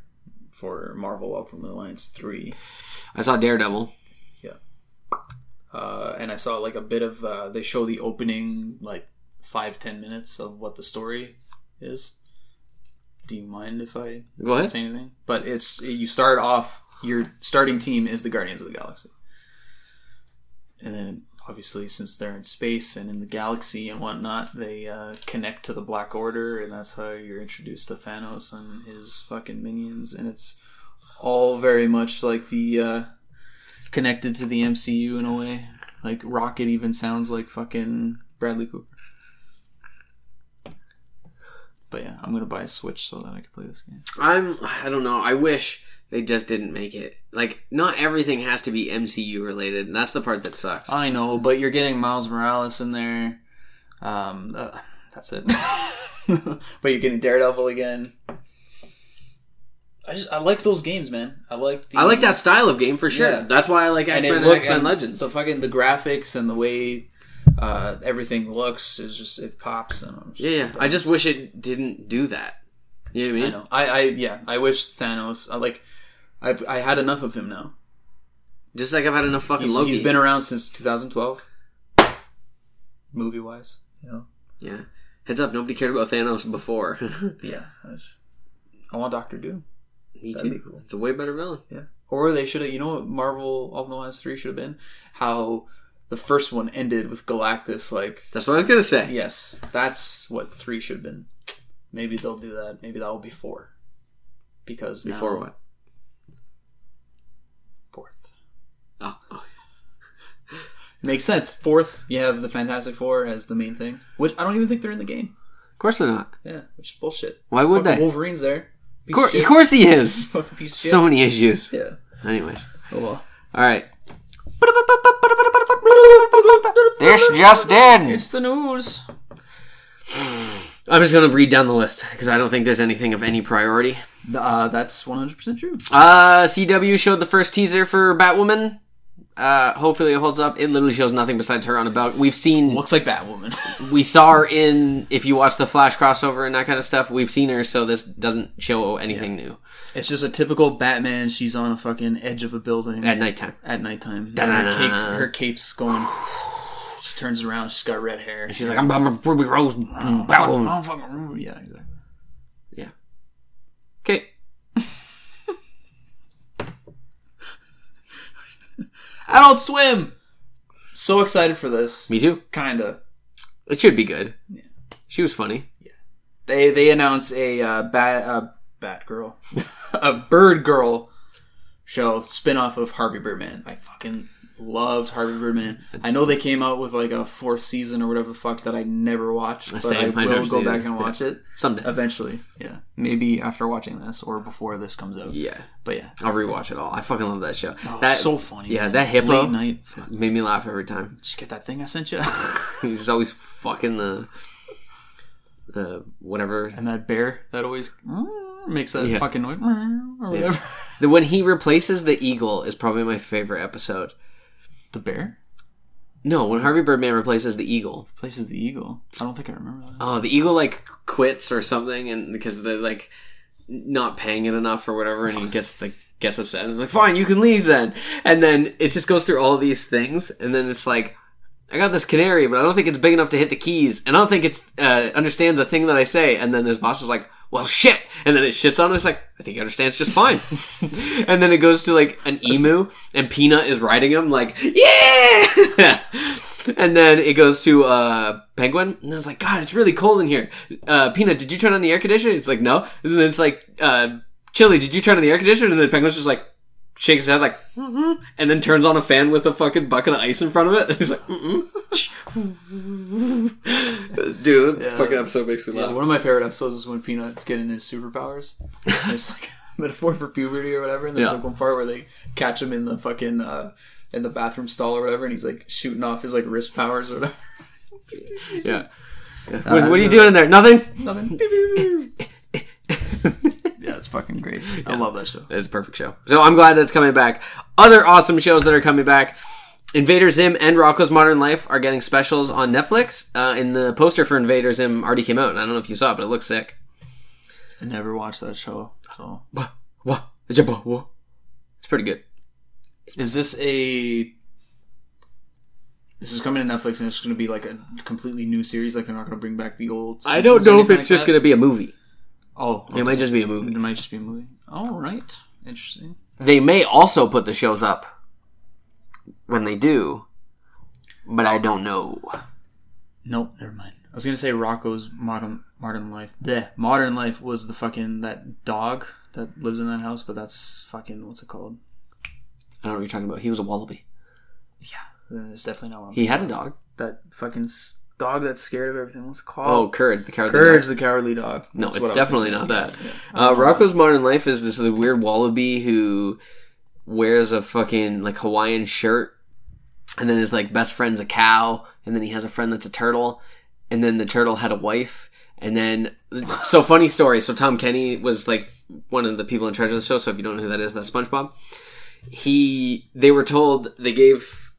Speaker 3: for Marvel Ultimate Alliance 3.
Speaker 1: I saw Daredevil.
Speaker 3: Uh, and I saw like a bit of, uh, they show the opening, like five, ten minutes of what the story is.
Speaker 2: Do you mind if I
Speaker 1: Go ahead.
Speaker 2: say anything?
Speaker 3: But it's, you start off, your starting team is the Guardians of the Galaxy. And then obviously, since they're in space and in the galaxy and whatnot, they uh, connect to the Black Order, and that's how you're introduced to Thanos and his fucking minions. And it's all very much like the. Uh,
Speaker 2: Connected to the MCU in a way. Like, Rocket even sounds like fucking Bradley Cooper. But yeah, I'm going to buy a Switch so that I can play this game.
Speaker 1: I'm. I don't know. I wish they just didn't make it. Like, not everything has to be MCU related, and that's the part that sucks.
Speaker 2: I know, but you're getting Miles Morales in there. Um, uh, that's it. [laughs] but you're getting Daredevil again. I just I like those games, man. I like the,
Speaker 1: I like that style of game for sure.
Speaker 2: Yeah.
Speaker 1: That's why I like X
Speaker 2: and it
Speaker 1: Men and,
Speaker 2: look-
Speaker 1: X Men
Speaker 2: and
Speaker 1: Legends.
Speaker 2: The fucking the graphics and the way uh, everything looks is just it pops and I'm just,
Speaker 1: yeah, yeah. I just wish it didn't do that. You know what I
Speaker 2: I
Speaker 1: mean?
Speaker 2: know. I, I yeah. I wish Thanos. I like. I've I had enough of him now.
Speaker 1: Just like I've had enough fucking
Speaker 2: He's,
Speaker 1: Loki.
Speaker 2: he's been around since 2012. Movie wise, you know.
Speaker 1: yeah. Heads up, nobody cared about Thanos before. [laughs]
Speaker 2: Yeah. I, just- I want Doctor Doom.
Speaker 1: Me
Speaker 2: That'd
Speaker 1: too.
Speaker 2: be cool.
Speaker 1: It's a way better villain.
Speaker 2: Yeah. Or they should have, you know what Marvel Ultimate Alliance 3 should have been? How the first one ended with Galactus, like,
Speaker 1: That's what I was gonna say.
Speaker 2: yes, that's what 3 should have been. Maybe they'll do that. Maybe that will be 4. Because now-
Speaker 1: Before what?
Speaker 2: Fourth.
Speaker 1: Oh, oh.
Speaker 2: Makes sense. Fourth, you have the Fantastic Four as the main thing, which I don't even think they're in the game.
Speaker 1: of course they're not.
Speaker 2: Yeah, which is bullshit.
Speaker 1: Why
Speaker 2: Fucking
Speaker 1: would they? Of
Speaker 2: Wolverine's there. Piece
Speaker 1: course,
Speaker 2: shit.
Speaker 1: of course he is.
Speaker 2: [laughs] Fucking piece of shit.
Speaker 1: So many issues.
Speaker 2: yeah.
Speaker 1: Anyways,
Speaker 2: Oh, well.
Speaker 1: all right. This just in.
Speaker 2: It's the news.
Speaker 1: I'm just gonna read down the list because I don't think there's anything of any priority.
Speaker 2: Uh, that's 100% true.
Speaker 1: Uh, CW showed the first teaser for Batwoman. Uh, hopefully it holds up. It literally shows nothing besides her on a belt. We've seen
Speaker 2: Looks like Batwoman. [laughs]
Speaker 1: we saw her in if you watch the flash crossover and that kind of stuff we've seen her so this doesn't show anything new
Speaker 2: It's just a typical Batman. She's on a fucking edge of a building
Speaker 1: at
Speaker 2: at,
Speaker 1: nighttime
Speaker 2: nighttime.
Speaker 1: Da-da-da.
Speaker 2: Her, cape's, her cape's going. She turns around. She's got red hair.
Speaker 1: she's like i'm, I'm a ruby rose Batwoman.
Speaker 2: Oh, fucking Ruby. Yeah, exactly.
Speaker 1: okay
Speaker 2: Adult Swim. So excited for this.
Speaker 1: me too
Speaker 2: Kinda.
Speaker 1: it should be good she was funny
Speaker 2: They they announce a uh, bat uh, Batgirl, [laughs] a Bird Girl show spinoff of Harvey Birdman. I fucking loved Harvey Birdman. I know they came out with like a fourth season or whatever the fuck that I never watched, but
Speaker 1: Same,
Speaker 2: I
Speaker 1: I
Speaker 2: will
Speaker 1: never
Speaker 2: go
Speaker 1: seen
Speaker 2: back
Speaker 1: it.
Speaker 2: and watch it.
Speaker 1: someday
Speaker 2: Eventually, yeah. Maybe after watching this or before this comes out.
Speaker 1: yeah
Speaker 2: But yeah,
Speaker 1: i'll rewatch it all i fucking love that show
Speaker 2: oh,
Speaker 1: that
Speaker 2: so funny.
Speaker 1: yeah
Speaker 2: man.
Speaker 1: that hippo
Speaker 2: late night. Fuck,
Speaker 1: made me laugh every time
Speaker 2: Did you get that thing I sent you? [laughs]
Speaker 1: he's always fucking the the whatever
Speaker 2: and that bear that always mm, makes that
Speaker 1: Yeah.
Speaker 2: fucking noise mm, or whatever. [laughs]
Speaker 1: the when he replaces the eagle is probably my favorite episode
Speaker 2: The bear
Speaker 1: no when harvey birdman replaces the eagle
Speaker 2: places the eagle. I don't think I remember that.
Speaker 1: Oh, the eagle like quits or something, and because they're like not paying it enough or whatever, and he gets like gets upset. And he's like, "Fine, you can leave then." And then it just goes through all these things, and then it's like I got this canary, but I don't think it's big enough to hit the keys, and I don't think it uh, understands a thing that I say. And then his boss is like, well, shit. And then it shits on him. It's like, I think he understands just fine. and then it goes to like an emu, and Peanut is riding him, like, yeah! [laughs] and then it goes to uh, Penguin, and I was like, God, it's really cold in here. Uh, Peanut, did you turn on the air conditioner? It's like, no. And then it's like, uh, Chili, did you turn on the air conditioner? And then Penguin's just like, shakes his head like, mm-hmm, and then turns on a fan with a fucking bucket of ice in front of it. [laughs] And he's like, mm-mm. dude, that fucking episode makes me
Speaker 2: Yeah,
Speaker 1: laugh.
Speaker 2: one of my favorite episodes is when Peanut's getting his superpowers. There's like [laughs] a metaphor for puberty or whatever, and there's
Speaker 1: Yeah.
Speaker 2: like one part where they catch him in the fucking uh, in the bathroom stall or whatever, and he's like shooting off his like wrist powers or whatever. [laughs]
Speaker 1: Yeah. Yeah. What, what are you doing in there? Nothing. [laughs]
Speaker 2: Nothing. yeah, it's fucking great. I love that show.
Speaker 1: It's a perfect show. So I'm glad that's coming back. Other awesome shows that are coming back. Invader Zim and Rocco's Modern Life are getting specials on Netflix. Uh, and the poster for Invader Zim already came out. And I don't know if you saw it, but it looks sick.
Speaker 2: I never watched that show. So
Speaker 1: Wah, wah, jabba, wah. It's pretty good.
Speaker 2: is this a this is coming to Netflix and it's going to be like a completely new series. Like they're not going to bring back the old.
Speaker 1: I don't know if it's just going to be a movie.
Speaker 2: Oh,
Speaker 1: It might just be a
Speaker 2: it
Speaker 1: movie.
Speaker 2: might just be a movie. All right, interesting.
Speaker 1: They may also put the shows up when they do, but I don't know.
Speaker 2: Nope, never mind. I was gonna say Rocco's modern modern life. The modern life was the fucking that dog that lives in that house, but that's fucking what's it called?
Speaker 1: I don't know what you're talking about. He was a wallaby.
Speaker 2: Then Uh, It's definitely not one.
Speaker 1: He had a dog.
Speaker 2: that fucking s- dog that's scared of everything. What's it called?
Speaker 1: Oh, Courage, the cowardly dog.
Speaker 2: Courage the Cowardly Dog.
Speaker 1: No,
Speaker 2: That's
Speaker 1: it's
Speaker 2: what I was
Speaker 1: definitely
Speaker 2: thinking. Um,
Speaker 1: not that. Uh, Rocco's Modern Life is this is a weird wallaby who wears a fucking like Hawaiian shirt, and then his like best friend's a cow, and then he has a friend that's a turtle, and then the turtle had a wife, and then so funny story. So Tom Kenny was like one of the people in charge of the show. So if you don't know who that is, that's SpongeBob. He they were told they gave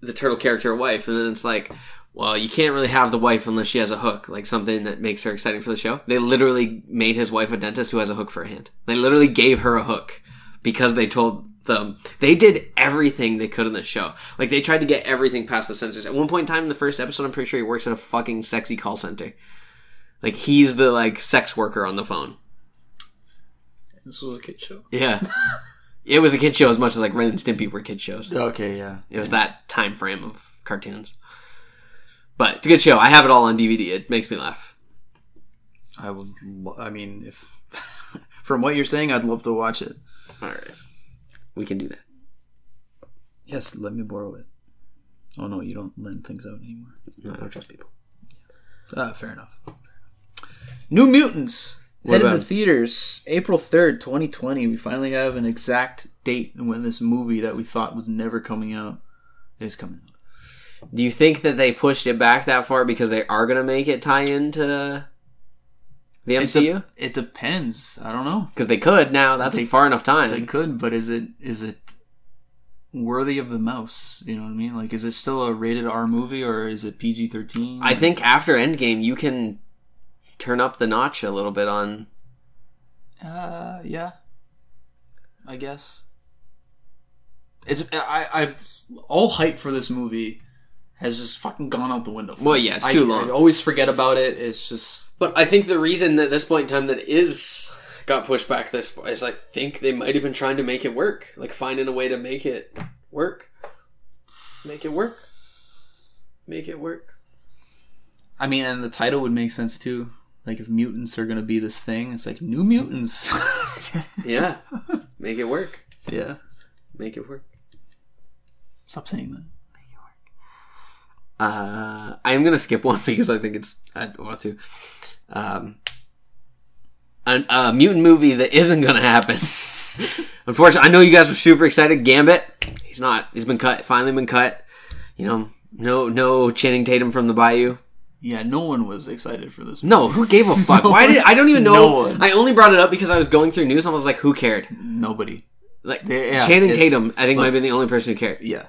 Speaker 1: the turtle character a wife, and then it's like, well, you can't really have the wife unless she has a hook, like something that makes her exciting for the show. They literally made his wife a dentist who has a hook for a hand. They literally gave her a hook because they told them they did everything they could in the show. Like they tried to get everything past the censors. At one point in time in the first episode, I'm pretty sure he works at a fucking sexy call center. Like he's the like sex worker on the phone.
Speaker 2: This was a kid show.
Speaker 1: Yeah. [laughs] it was a kid show as much as like Ren and Stimpy were kid shows.
Speaker 2: Okay, yeah.
Speaker 1: It was that time frame of cartoons. But it's a good show. I have it all on DVD. It makes me laugh.
Speaker 2: I would. Lo- I mean, if [laughs] from what you're saying, I'd love to watch it.
Speaker 1: All right. We can do that.
Speaker 2: Yes, let me borrow it. Oh no, you don't lend things out anymore.
Speaker 1: No, I don't trust people.
Speaker 2: Ah, fair enough. New Mutants headed
Speaker 1: about-
Speaker 2: to theaters April third, twenty twenty. We finally have an exact date and when this movie that we thought was never coming out is coming out.
Speaker 1: Do you think that they pushed it back that far because they are going to make it tie into the MCU?
Speaker 2: It depends. I don't know.
Speaker 1: Because they could now. That's far enough
Speaker 2: It
Speaker 1: time.
Speaker 2: could, but is it is it worthy of the mouse? You know what I mean? Like, is it still a rated R movie or is it PG thirteen?
Speaker 1: I think after Endgame, you can turn up the notch a little bit on.
Speaker 2: Uh, yeah. I guess. It's I I've all hype for this movie has just fucking gone out the window.
Speaker 1: Well, yeah, it's
Speaker 2: I-
Speaker 1: too long.
Speaker 2: I always forget about it. It's just
Speaker 1: But I think the reason at this point in time that it is got pushed back this far is I think they might have been trying to make it work, like finding a way to make it work, make it work, make it work.
Speaker 2: I mean, and the title would make sense too. Like if mutants are gonna be this thing, it's like new mutants. [laughs]
Speaker 1: [laughs] Yeah, make it work,
Speaker 2: yeah.
Speaker 1: make it work.
Speaker 2: Stop saying that.
Speaker 1: Uh, I'm gonna skip one [laughs] because I think it's I want to. Um, an, a mutant movie that isn't gonna happen. [laughs] Unfortunately, I know you guys were super excited. Gambit, he's not. He's been cut. Finally, been cut. You know, no, no Channing Tatum from the Bayou.
Speaker 2: Yeah, no one was excited for this.
Speaker 1: No, who [laughs] gave a fuck?
Speaker 2: No
Speaker 1: Why did I don't even know?
Speaker 2: No one.
Speaker 1: I only brought it up because I was going through news. and I was like, who cared?
Speaker 2: Nobody.
Speaker 1: Like
Speaker 2: Yeah,
Speaker 1: Channing
Speaker 2: it's-
Speaker 1: Tatum, I think might have been the only person who cared.
Speaker 2: Yeah.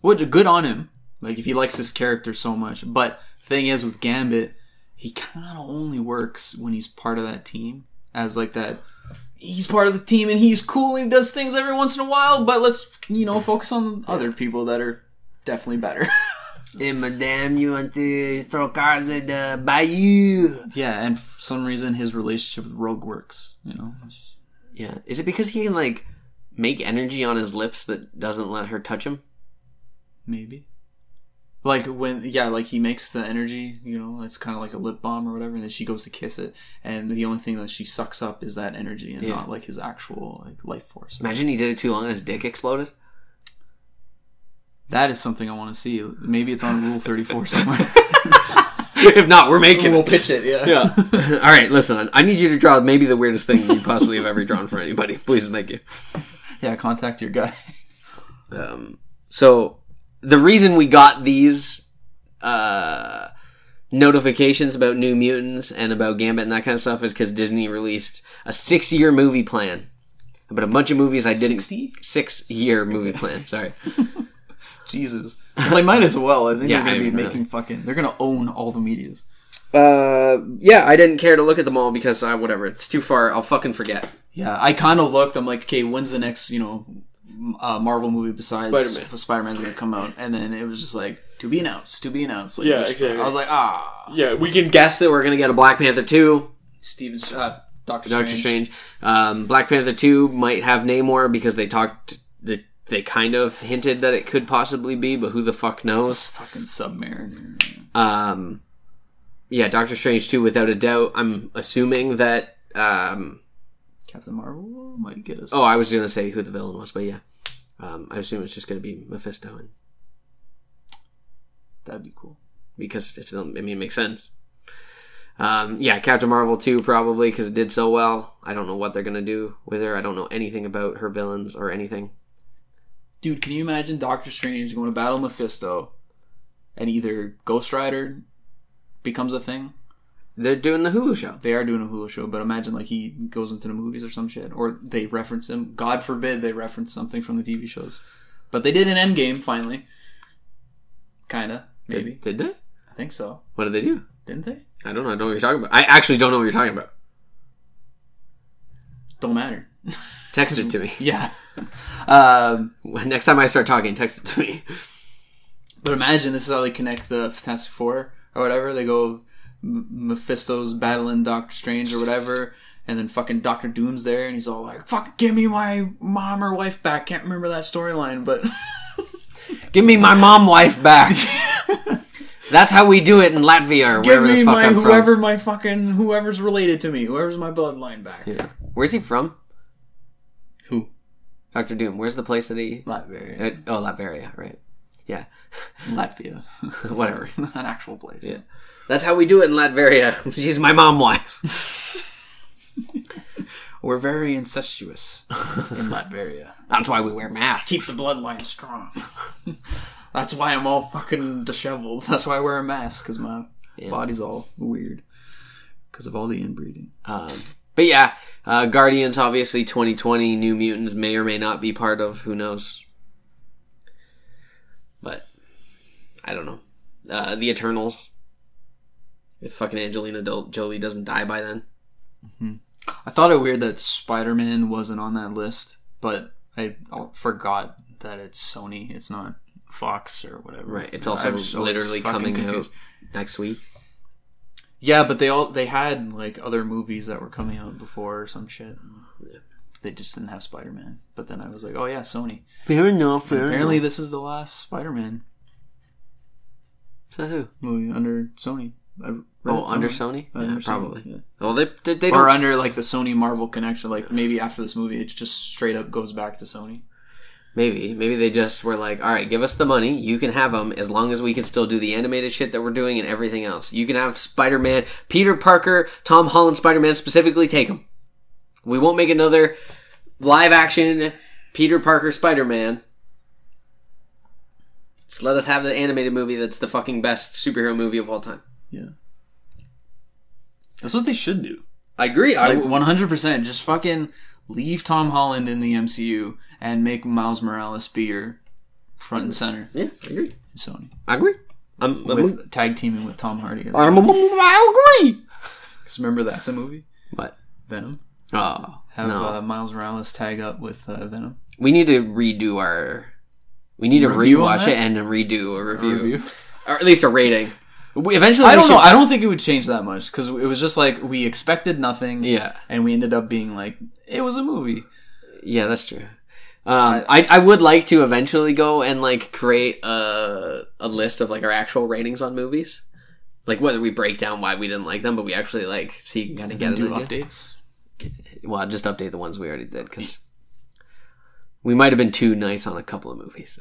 Speaker 2: What good on him. Like if he likes his character so much, but thing is with Gambit, he kind of only works when he's part of that team as like that he's part of the team and he's cool and he does things every once in a while, but let's you know focus on other people that are definitely better. [laughs]
Speaker 1: Hey, madame, you want to throw cars at the bayou?
Speaker 2: Yeah, and for some reason his relationship with Rogue works. You know,
Speaker 1: Yeah. Is it because he can, like, make energy on his lips that doesn't let her touch him?
Speaker 2: maybe. Like when yeah, like he makes the energy. You know, it's kind of like a lip balm or whatever, and then she goes to kiss it, and the only thing that she sucks up is that energy and
Speaker 1: Yeah.
Speaker 2: not like his actual like life force.
Speaker 1: Imagine he did it too long and his dick exploded. [laughs]
Speaker 2: That is something I want to see. Maybe it's on Rule Thirty Four
Speaker 1: [laughs]
Speaker 2: somewhere.
Speaker 1: if not, we're making
Speaker 2: we'll
Speaker 1: it.
Speaker 2: pitch it. Yeah.
Speaker 1: Yeah. [laughs] All right, listen. I need you to draw maybe the weirdest thing you possibly have ever drawn for anybody. Please, and thank you.
Speaker 2: Yeah, contact your guy. [laughs]
Speaker 1: Um, so the reason we got these uh, notifications about New Mutants and about Gambit and that kind of stuff is because Disney released a six-year movie plan about a bunch of movies I didn't
Speaker 2: Sixty?
Speaker 1: six-year movie [laughs] plan. Sorry.
Speaker 2: Jesus. Well, they might as well. I think
Speaker 1: Yeah,
Speaker 2: they're
Speaker 1: I
Speaker 2: gonna be
Speaker 1: mean, really.
Speaker 2: making fucking. They're gonna own all the media's.
Speaker 1: Uh, yeah, I didn't care to look at them all because uh, whatever. It's too far. I'll fucking forget.
Speaker 2: Yeah, I kind of looked. I'm like, okay, when's the next you know m- uh, Marvel movie besides
Speaker 4: Spider-Man.
Speaker 2: Spider Man's gonna come out? And then it was just like to be announced, to be announced. Like,
Speaker 4: Yeah,
Speaker 2: which-
Speaker 4: exactly.
Speaker 2: I was like, ah,
Speaker 4: Yeah, we can get.
Speaker 1: Guess that we're gonna get a Black Panther two.
Speaker 2: Steven, uh, Doctor,
Speaker 1: Doctor Strange. Um, Black Panther two might have Namor because they talked. They, they kind of hinted that it could possibly be, but who the fuck knows?
Speaker 2: fucking Submariner.
Speaker 1: Um, yeah, Doctor Strange two, without a doubt. I'm assuming that. Um,
Speaker 2: Captain Marvel might get us.
Speaker 1: oh, I was gonna say who the villain was, but yeah, um, I assume it's just gonna be Mephisto, and
Speaker 2: that'd be cool.
Speaker 1: because it's I mean it makes sense. Um, yeah, Captain Marvel two probably because it did so well. I don't know what they're gonna do with her. I don't know anything about her villains or anything.
Speaker 2: Dude, can you imagine Doctor Strange going to battle Mephisto, and either Ghost Rider becomes a thing?
Speaker 1: They're doing the Hulu show.
Speaker 2: They are doing a Hulu show, but imagine like he goes into the movies or some shit, or they reference him. God forbid they reference something from the TV shows. But they did an Endgame finally, kinda maybe.
Speaker 1: Did they?
Speaker 2: I think so,
Speaker 1: What did they do?
Speaker 2: didn't they?
Speaker 1: I don't know. I don't know what you're talking about. I actually don't know what you're talking about.
Speaker 2: Don't matter. [laughs]
Speaker 1: Text it to me. [laughs]
Speaker 2: yeah. Um,
Speaker 1: Next time I start talking, text it to me. [laughs]
Speaker 2: but imagine this is how they connect the Fantastic Four or whatever. They go M- Mephisto's battling Doctor Strange or whatever. And then fucking Doctor Doom's there, and he's all like, "Fuck, give me my mom or wife back." Can't remember that storyline, but [laughs]
Speaker 1: Give me my mom wife back. That's how we do it in Latvia or
Speaker 2: Give
Speaker 1: wherever
Speaker 2: me
Speaker 1: the fuck
Speaker 2: my
Speaker 1: I'm
Speaker 2: whoever my fucking whoever's related to me, whoever's my bloodline back.
Speaker 1: from. Where's he from?
Speaker 2: Who?
Speaker 1: Doctor Doom. Where's the place that he?
Speaker 2: Latvia.
Speaker 1: Uh, oh, Latveria. Right. Yeah. [laughs]
Speaker 2: Latvia.
Speaker 1: Whatever.
Speaker 2: [laughs] An actual place. Yeah.
Speaker 1: That's how we do it in Latveria. [laughs] She's my mom wife. [laughs]
Speaker 2: We're very incestuous
Speaker 1: [laughs]
Speaker 2: in Latveria.
Speaker 1: That's why we wear masks.
Speaker 2: Keep the bloodline strong. [laughs] That's why I'm all fucking disheveled. That's why I wear a mask, because my body's all weird. Because of all the inbreeding.
Speaker 1: Um, but yeah, uh, Guardians obviously 2020. New Mutants may or may not be part of. Who knows? But I don't know. Uh, the Eternals. If fucking Angelina Dol- Jolie doesn't die by then,
Speaker 2: I thought it weird that Spider Man wasn't on that list, but I oh, forgot that it's Sony. It's not Fox or whatever.
Speaker 1: right? It's
Speaker 2: I
Speaker 1: also
Speaker 2: was always
Speaker 1: literally
Speaker 2: fucking
Speaker 1: coming
Speaker 2: confused.
Speaker 1: out next week.
Speaker 2: Yeah, but they all they had like other movies that were coming out before or some shit. They just didn't have Spider Man. But then I was like, oh yeah, Sony.
Speaker 1: Fair enough. Fair
Speaker 2: Apparently, this is the last Spider Man
Speaker 1: So who?
Speaker 2: movie under Sony. I read
Speaker 1: Oh,
Speaker 2: it
Speaker 1: under
Speaker 2: somewhere.
Speaker 1: Sony.
Speaker 2: Uh,
Speaker 1: Yeah,
Speaker 2: under Sony,
Speaker 1: probably.
Speaker 2: yeah.
Speaker 1: Well, they they, they
Speaker 2: Or
Speaker 1: don't.
Speaker 2: under like the Sony Marvel connection. Like maybe after this movie, it just straight up goes back to Sony.
Speaker 1: Maybe maybe they just were like, all right, give us the money. You can have them as long as we can still do the animated shit that we're doing and everything else. You can have Spider Man, Peter Parker, Tom Holland, Spider Man specifically. Take them. We won't make another live action Peter Parker Spider Man. Just let us have the animated movie that's the fucking best superhero movie of all time.
Speaker 2: Yeah, that's what they should do.
Speaker 1: I agree. I
Speaker 2: Like one hundred percent. Just fucking leave Tom Holland in the MCU and make Miles Morales be your front and center
Speaker 1: yeah, I agree.
Speaker 2: in Sony.
Speaker 1: I agree. I'm, I'm,
Speaker 2: with tag teaming with Tom Hardy. As
Speaker 1: I'm, I agree.
Speaker 2: Because remember that's a movie,
Speaker 1: What?
Speaker 2: Venom.
Speaker 1: Oh,
Speaker 2: Have
Speaker 1: no.
Speaker 2: uh, Miles Morales tag up with uh, Venom.
Speaker 1: We need to redo our. We need to
Speaker 2: Review on
Speaker 1: rewatch
Speaker 2: that?
Speaker 1: it and redo a review.
Speaker 2: Review.
Speaker 1: or at least a rating. We, eventually,
Speaker 2: I Mm.
Speaker 1: we
Speaker 2: don't
Speaker 1: should-
Speaker 2: know. I don't think it would change that much because it was just like we expected nothing.
Speaker 1: Yeah.
Speaker 2: and we ended up being like it was a movie.
Speaker 1: Yeah, that's true. Um, I I would like to eventually go and like create a a list of like our actual ratings on movies, like whether we break down why we didn't like them, but we actually like so you can kind of get an
Speaker 2: Do
Speaker 1: idea.
Speaker 2: updates.
Speaker 1: Well, I'll just update the ones we already did because we might have been too nice on a couple of movies.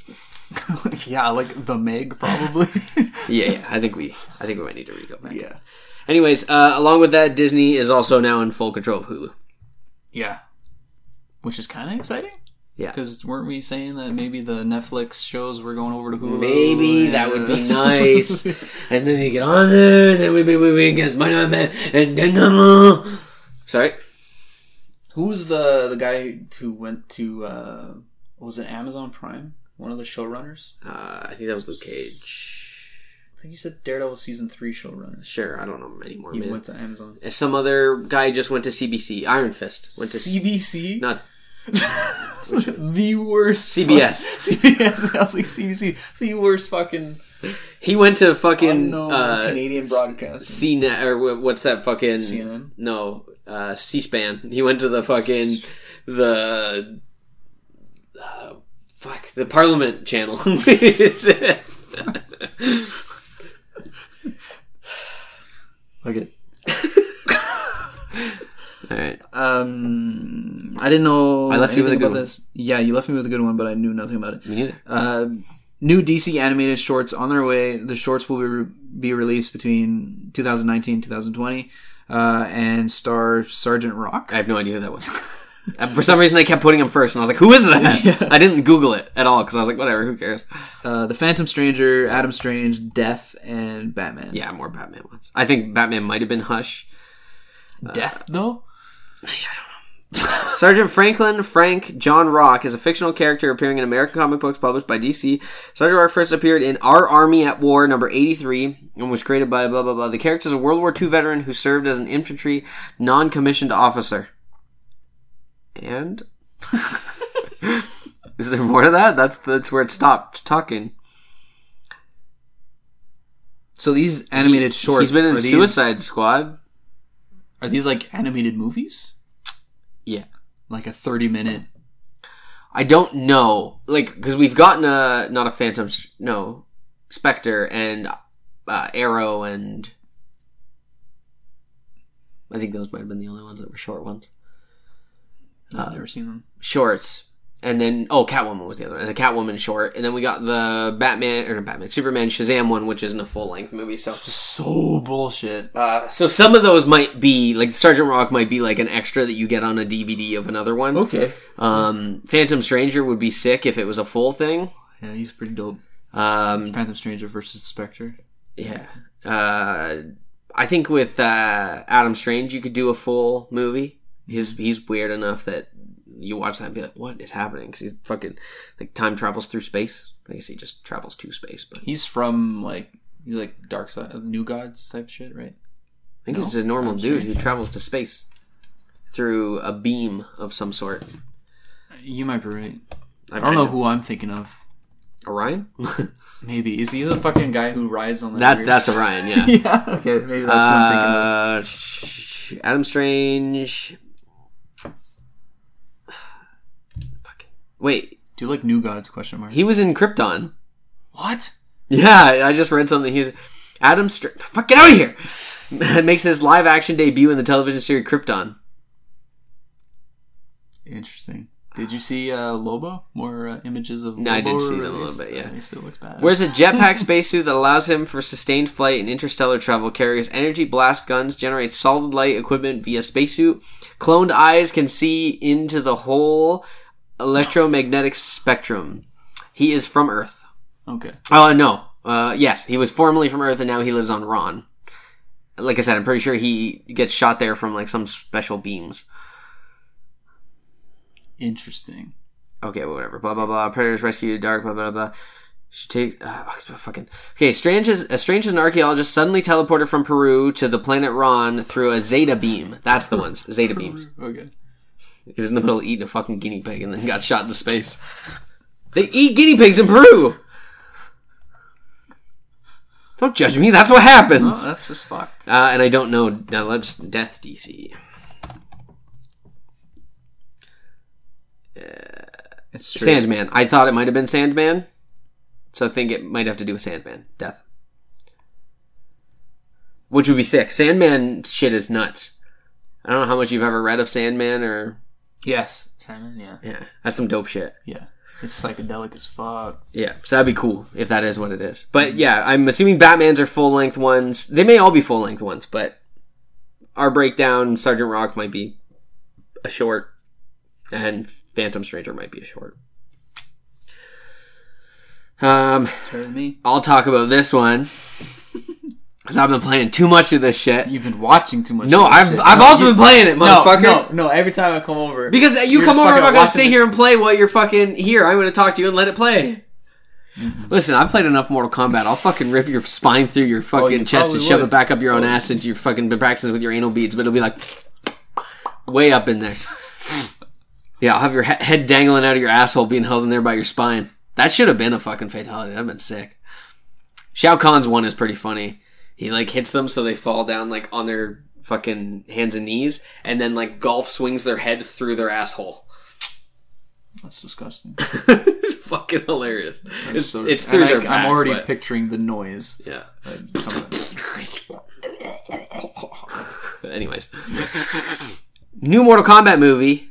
Speaker 2: [laughs]
Speaker 1: [laughs]
Speaker 2: yeah, like the Meg probably. [laughs]
Speaker 1: yeah, yeah, I think we I think we might need to re-go back.
Speaker 2: yeah,
Speaker 1: Anyways, uh, along with that, Disney is also now in full control of Hulu.
Speaker 3: Yeah.
Speaker 2: which is kind of exciting.
Speaker 1: Yeah.
Speaker 2: because weren't we saying that maybe the Netflix shows were going over to Hulu?
Speaker 1: Maybe that would be
Speaker 2: and- [laughs]
Speaker 1: nice. and then we get on there, and then we we we, we get money on that, and then uh, sorry,
Speaker 3: Who's the the guy who went to uh was it Amazon Prime? One of the showrunners?
Speaker 1: uh, I think that was Luke Cage.
Speaker 3: I think you said Daredevil season three showrunners.
Speaker 1: Sure, I don't know anymore,
Speaker 3: He
Speaker 1: man.
Speaker 3: went to Amazon.
Speaker 1: If Some other guy just went to CBC. Iron Fist went to C-
Speaker 3: CBC?
Speaker 1: not
Speaker 3: [laughs] the worst [laughs]
Speaker 1: CBS.
Speaker 3: CBS. I was like CBC, the worst fucking
Speaker 1: He went to fucking
Speaker 3: unknown
Speaker 1: uh,
Speaker 3: Canadian broadcast.
Speaker 1: CNET or wh- what's that fucking
Speaker 3: CNN.
Speaker 1: No, uh, C-SPAN. He went to the fucking the uh, fuck the Parliament Channel. [laughs]
Speaker 2: Okay.
Speaker 1: All right.
Speaker 2: Um, I didn't know.
Speaker 1: I left you with
Speaker 2: anything
Speaker 1: a good
Speaker 2: about
Speaker 1: one.
Speaker 2: This. Yeah, you left me with a good one, but I knew nothing about it. Uh, new DC animated shorts on their way. The shorts will be, re- be released between 2019 and 2020 uh, and star Sergeant Rock.
Speaker 1: I have no idea who that was. Uh, For some reason, they kept putting him first, and I was like, "Who is [laughs] that?" I didn't Google it at all because I was like, "Whatever, who cares?"
Speaker 2: Uh, the Phantom Stranger, Adam Strange, Death, and Batman.
Speaker 1: Yeah, more Batman ones. I think Batman might have been Hush,
Speaker 2: Death, though?
Speaker 1: Sergeant Franklin Frank John Rock is a fictional character appearing in American comic books published by DC. Sergeant Rock first appeared in Our Army at War number 83 and was created by blah blah blah. The character is a World War II veteran who served as an infantry non commissioned officer.
Speaker 2: [laughs]
Speaker 1: And? is there more to that? That's, that's where it stopped talking.
Speaker 2: So these animated shorts.
Speaker 1: He's been in
Speaker 2: are these-
Speaker 1: Suicide Squad.
Speaker 2: Are these like animated movies?
Speaker 1: Yeah.
Speaker 2: Like a 30 minute.
Speaker 1: I don't know, like, because we've gotten a not a Phantom, S- no, Spectre and uh, Arrow, and I think those might have been the only ones that were short ones,
Speaker 2: I've never seen them.
Speaker 1: shorts. And then oh, Catwoman was the other, one, and a Catwoman short, and then we got the Batman or not Batman, Superman, Shazam one, which isn't a full length movie. So,
Speaker 2: So bullshit.
Speaker 1: uh, so some of those might be like Sergeant Rock might be like an extra that you get on a DVD of another one.
Speaker 2: Okay.
Speaker 1: Um, Phantom Stranger would be sick if it was a full thing.
Speaker 2: Yeah, he's pretty dope.
Speaker 1: Um,
Speaker 2: Phantom Stranger versus Spectre.
Speaker 1: Yeah. Uh, I think with uh, Adam Strange, you could do a full movie. He's
Speaker 2: Mm-hmm.
Speaker 1: he's weird enough that you watch that and be like, "What is happening?" Because he's fucking like time travels through space. I guess he just travels to space, but I
Speaker 2: He's from like he's like Dark Side, uh, New Gods type shit, right?
Speaker 1: think
Speaker 2: No,
Speaker 1: he's just a normal
Speaker 2: Oh, Adam
Speaker 1: dude
Speaker 2: Strange.
Speaker 1: who travels to space through a beam of some sort.
Speaker 2: You might be right.
Speaker 1: I,
Speaker 2: I don't know who I'm thinking of. [laughs]
Speaker 1: Orion. [laughs]
Speaker 2: Maybe is he the fucking guy who rides on the
Speaker 1: that that's Orion. Yeah.
Speaker 2: yeah. Okay, maybe [laughs] that's what I'm thinking. Of.
Speaker 1: Uh, sh- sh- Adam Strange. Fucking wait.
Speaker 2: Do you like New Gods? Question mark.
Speaker 1: He was in Krypton.
Speaker 2: What?
Speaker 1: Yeah, I just read something. He's Adam. Str- Fuck, get out of here! [laughs] makes his live-action debut in the television series Krypton.
Speaker 2: Interesting. Did you see uh, Lobo? More uh, images of.
Speaker 1: No, I
Speaker 2: Lobo
Speaker 1: did see them a little
Speaker 2: released?
Speaker 1: bit, yeah.
Speaker 2: Uh, he still looks bad.
Speaker 1: Wears a jetpack spacesuit that allows him for sustained flight and interstellar travel. Carries energy blast guns. Generates solid light equipment via spacesuit. Cloned eyes can see into the whole electromagnetic spectrum. He is from Earth.
Speaker 2: okay?
Speaker 1: Oh no. Uh, yes, he was formerly from Earth, and now he lives on Ron. Like I said, I'm pretty sure he gets shot there from like some special beams.
Speaker 2: Interesting.
Speaker 1: okay, whatever. Blah blah blah. Predators rescue dark. Blah blah blah. She takes uh, fucking okay. Strange is uh, Strange is an archaeologist suddenly teleported from Peru to the planet Ron through a Zeta beam. That's the ones Zeta beams.
Speaker 2: Okay.
Speaker 1: He was in the middle of eating a fucking guinea pig and then got shot into space. They eat guinea pigs in Peru. Don't judge me. That's what happens.
Speaker 2: Oh, that's just fucked.
Speaker 1: Uh, and I don't know. Now let's death DC.
Speaker 2: It's
Speaker 1: Sandman. I thought it might have been Sandman, so I think it might have to do with Sandman death, which would be sick. Sandman shit is nuts. I don't know how much you've ever read of Sandman or
Speaker 3: Yes, Simon. Yeah,
Speaker 1: yeah, that's some dope shit.
Speaker 3: yeah. It's psychedelic as fuck.
Speaker 1: Yeah, so that'd be cool if that is what it is. But yeah, I'm assuming Batman's are full length ones. They may all be full length ones, but our breakdown Sergeant Rock might be a short, and Phantom Stranger might be a short. Um,
Speaker 2: Sure to me.
Speaker 1: I'll talk about this one because I've been playing too much of this shit.
Speaker 2: You've been watching too much.
Speaker 1: No,
Speaker 2: of this
Speaker 1: I've
Speaker 2: shit.
Speaker 1: I've
Speaker 2: No,
Speaker 1: also
Speaker 2: you-
Speaker 1: been playing it,
Speaker 2: no,
Speaker 1: motherfucker.
Speaker 2: No, no. Every time I come over,
Speaker 1: Because you
Speaker 2: You're
Speaker 1: come
Speaker 2: just
Speaker 1: over, I'm
Speaker 2: fucking
Speaker 1: not gonna
Speaker 2: watching
Speaker 1: sit
Speaker 2: it.
Speaker 1: here and play while you're fucking here. I'm gonna talk to you and let it play. Listen, I've played enough Mortal Kombat. I'll fucking rip your spine through your
Speaker 3: Oh,
Speaker 1: fucking
Speaker 2: you
Speaker 1: chest and
Speaker 2: probably
Speaker 1: shove
Speaker 2: would.
Speaker 1: it back up your own ass into your fucking been practicing with your anal beads, but it'll be like way up in there. yeah, I'll have your he- head dangling out of your asshole, being held in there by your spine. That should have been a fucking fatality. That'd been sick. Shao Kahn's one is pretty funny. He like hits them so they fall down like on their fucking hands and knees, and then like golf swings their head through their asshole. [laughs]
Speaker 3: That's disgusting.
Speaker 1: it's fucking hilarious. It's,
Speaker 3: So-
Speaker 1: it's through
Speaker 3: and I,
Speaker 1: their back,
Speaker 3: I'm already
Speaker 1: but-
Speaker 3: picturing the noise.
Speaker 1: yeah.
Speaker 3: that comes out.
Speaker 1: Anyways, [laughs] new Mortal Kombat movie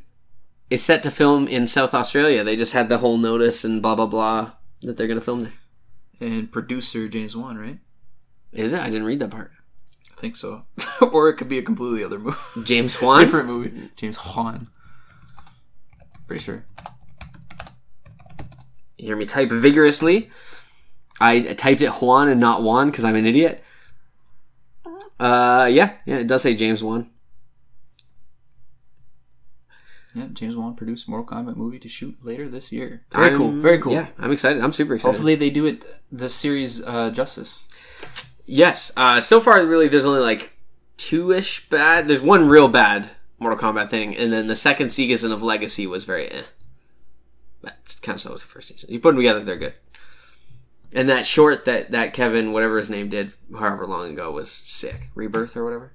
Speaker 1: is set to film in South Australia. They just had the whole notice and blah blah blah that they're gonna film there.
Speaker 3: and producer James Wan, right?
Speaker 1: Is it? I didn't read that part.
Speaker 3: I think so. [laughs] or it could be a completely other movie,
Speaker 1: James
Speaker 3: [laughs]
Speaker 1: Wan.
Speaker 3: different movie. James Wan. Pretty sure.
Speaker 1: You hear me type vigorously. I typed it Juan and not Juan because I'm an idiot. Uh, yeah, yeah, it does say James Wan.
Speaker 3: Yeah, James Wan produced Mortal Kombat movie to shoot later this year.
Speaker 2: Very cool,
Speaker 1: I'm-
Speaker 2: very cool.
Speaker 1: Yeah, I'm excited. I'm super excited.
Speaker 3: Hopefully, they do it the series uh, justice.
Speaker 1: Yes. Uh, so far, really, there's only like two ish bad. There's one real bad Mortal Kombat thing, and then the second season of Legacy was very eh. That's kind of so was the first season. You put them together, they're good. And that short that that Kevin, whatever his name did, however long ago, was sick. Rebirth or whatever.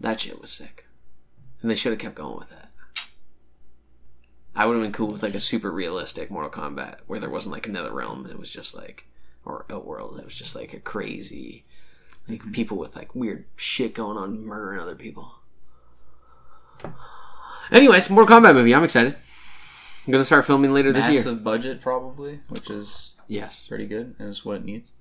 Speaker 1: That shit was sick, and they should have kept going with that. I would have been cool with like a super realistic Mortal Kombat where there wasn't like another realm. It was just like or Outworld. It was just like a crazy, like people with like weird shit going on, murdering other people. Anyways, Mortal Kombat movie. I'm excited. I'm gonna start filming later this year.
Speaker 3: Massive budget, probably, which is
Speaker 1: Yes.
Speaker 3: pretty good and is what it needs.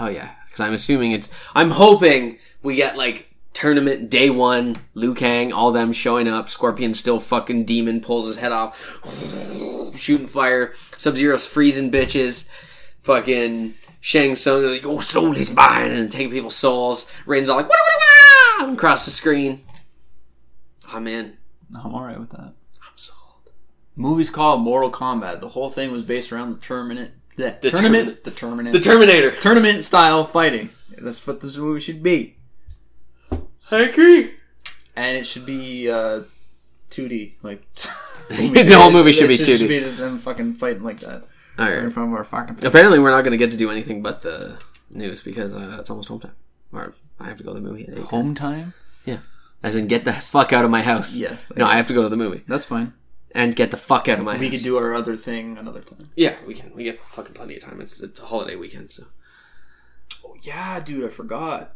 Speaker 1: Oh yeah. Because I'm assuming it's. I'm hoping we get like tournament day one. Liu Kang, all them showing up. Scorpion still fucking demon pulls his head off, [laughs] shooting fire. Sub Zero's freezing bitches. fucking Shang Tsung like, oh, soul is mine, and taking people's souls. Rain's all like, wah, wah, wah, wah, across the screen. I'm in.
Speaker 3: I'm all right with that.
Speaker 1: I'm sold.
Speaker 2: Movie's called Mortal Kombat. The whole thing was based around the tournament. The
Speaker 1: tournament.
Speaker 2: tournament. The tournament.
Speaker 1: The Terminator.
Speaker 2: tournament style fighting. That's what this movie should be.
Speaker 1: I agree.
Speaker 2: And it should be uh, 2D. Like [laughs]
Speaker 1: The whole movie should
Speaker 2: it
Speaker 1: be
Speaker 2: just
Speaker 1: 2D.
Speaker 2: be just them fucking fighting like that
Speaker 1: All
Speaker 2: in
Speaker 1: right.
Speaker 2: front of our fucking.
Speaker 1: Apparently, we're not going to get to do anything but the news because uh, it's almost home time. Or I have to go to the movie at eight.
Speaker 3: Home time.
Speaker 1: Yeah. As in, get the fuck out of my house.
Speaker 2: Yes, I
Speaker 1: No, I have to go to the movie
Speaker 3: That's fine.
Speaker 1: and get the fuck out of my house.
Speaker 2: We could do our other thing another time.
Speaker 1: yeah, we can. We get fucking plenty of time. It's a holiday weekend, so.
Speaker 2: Oh yeah, dude, I forgot.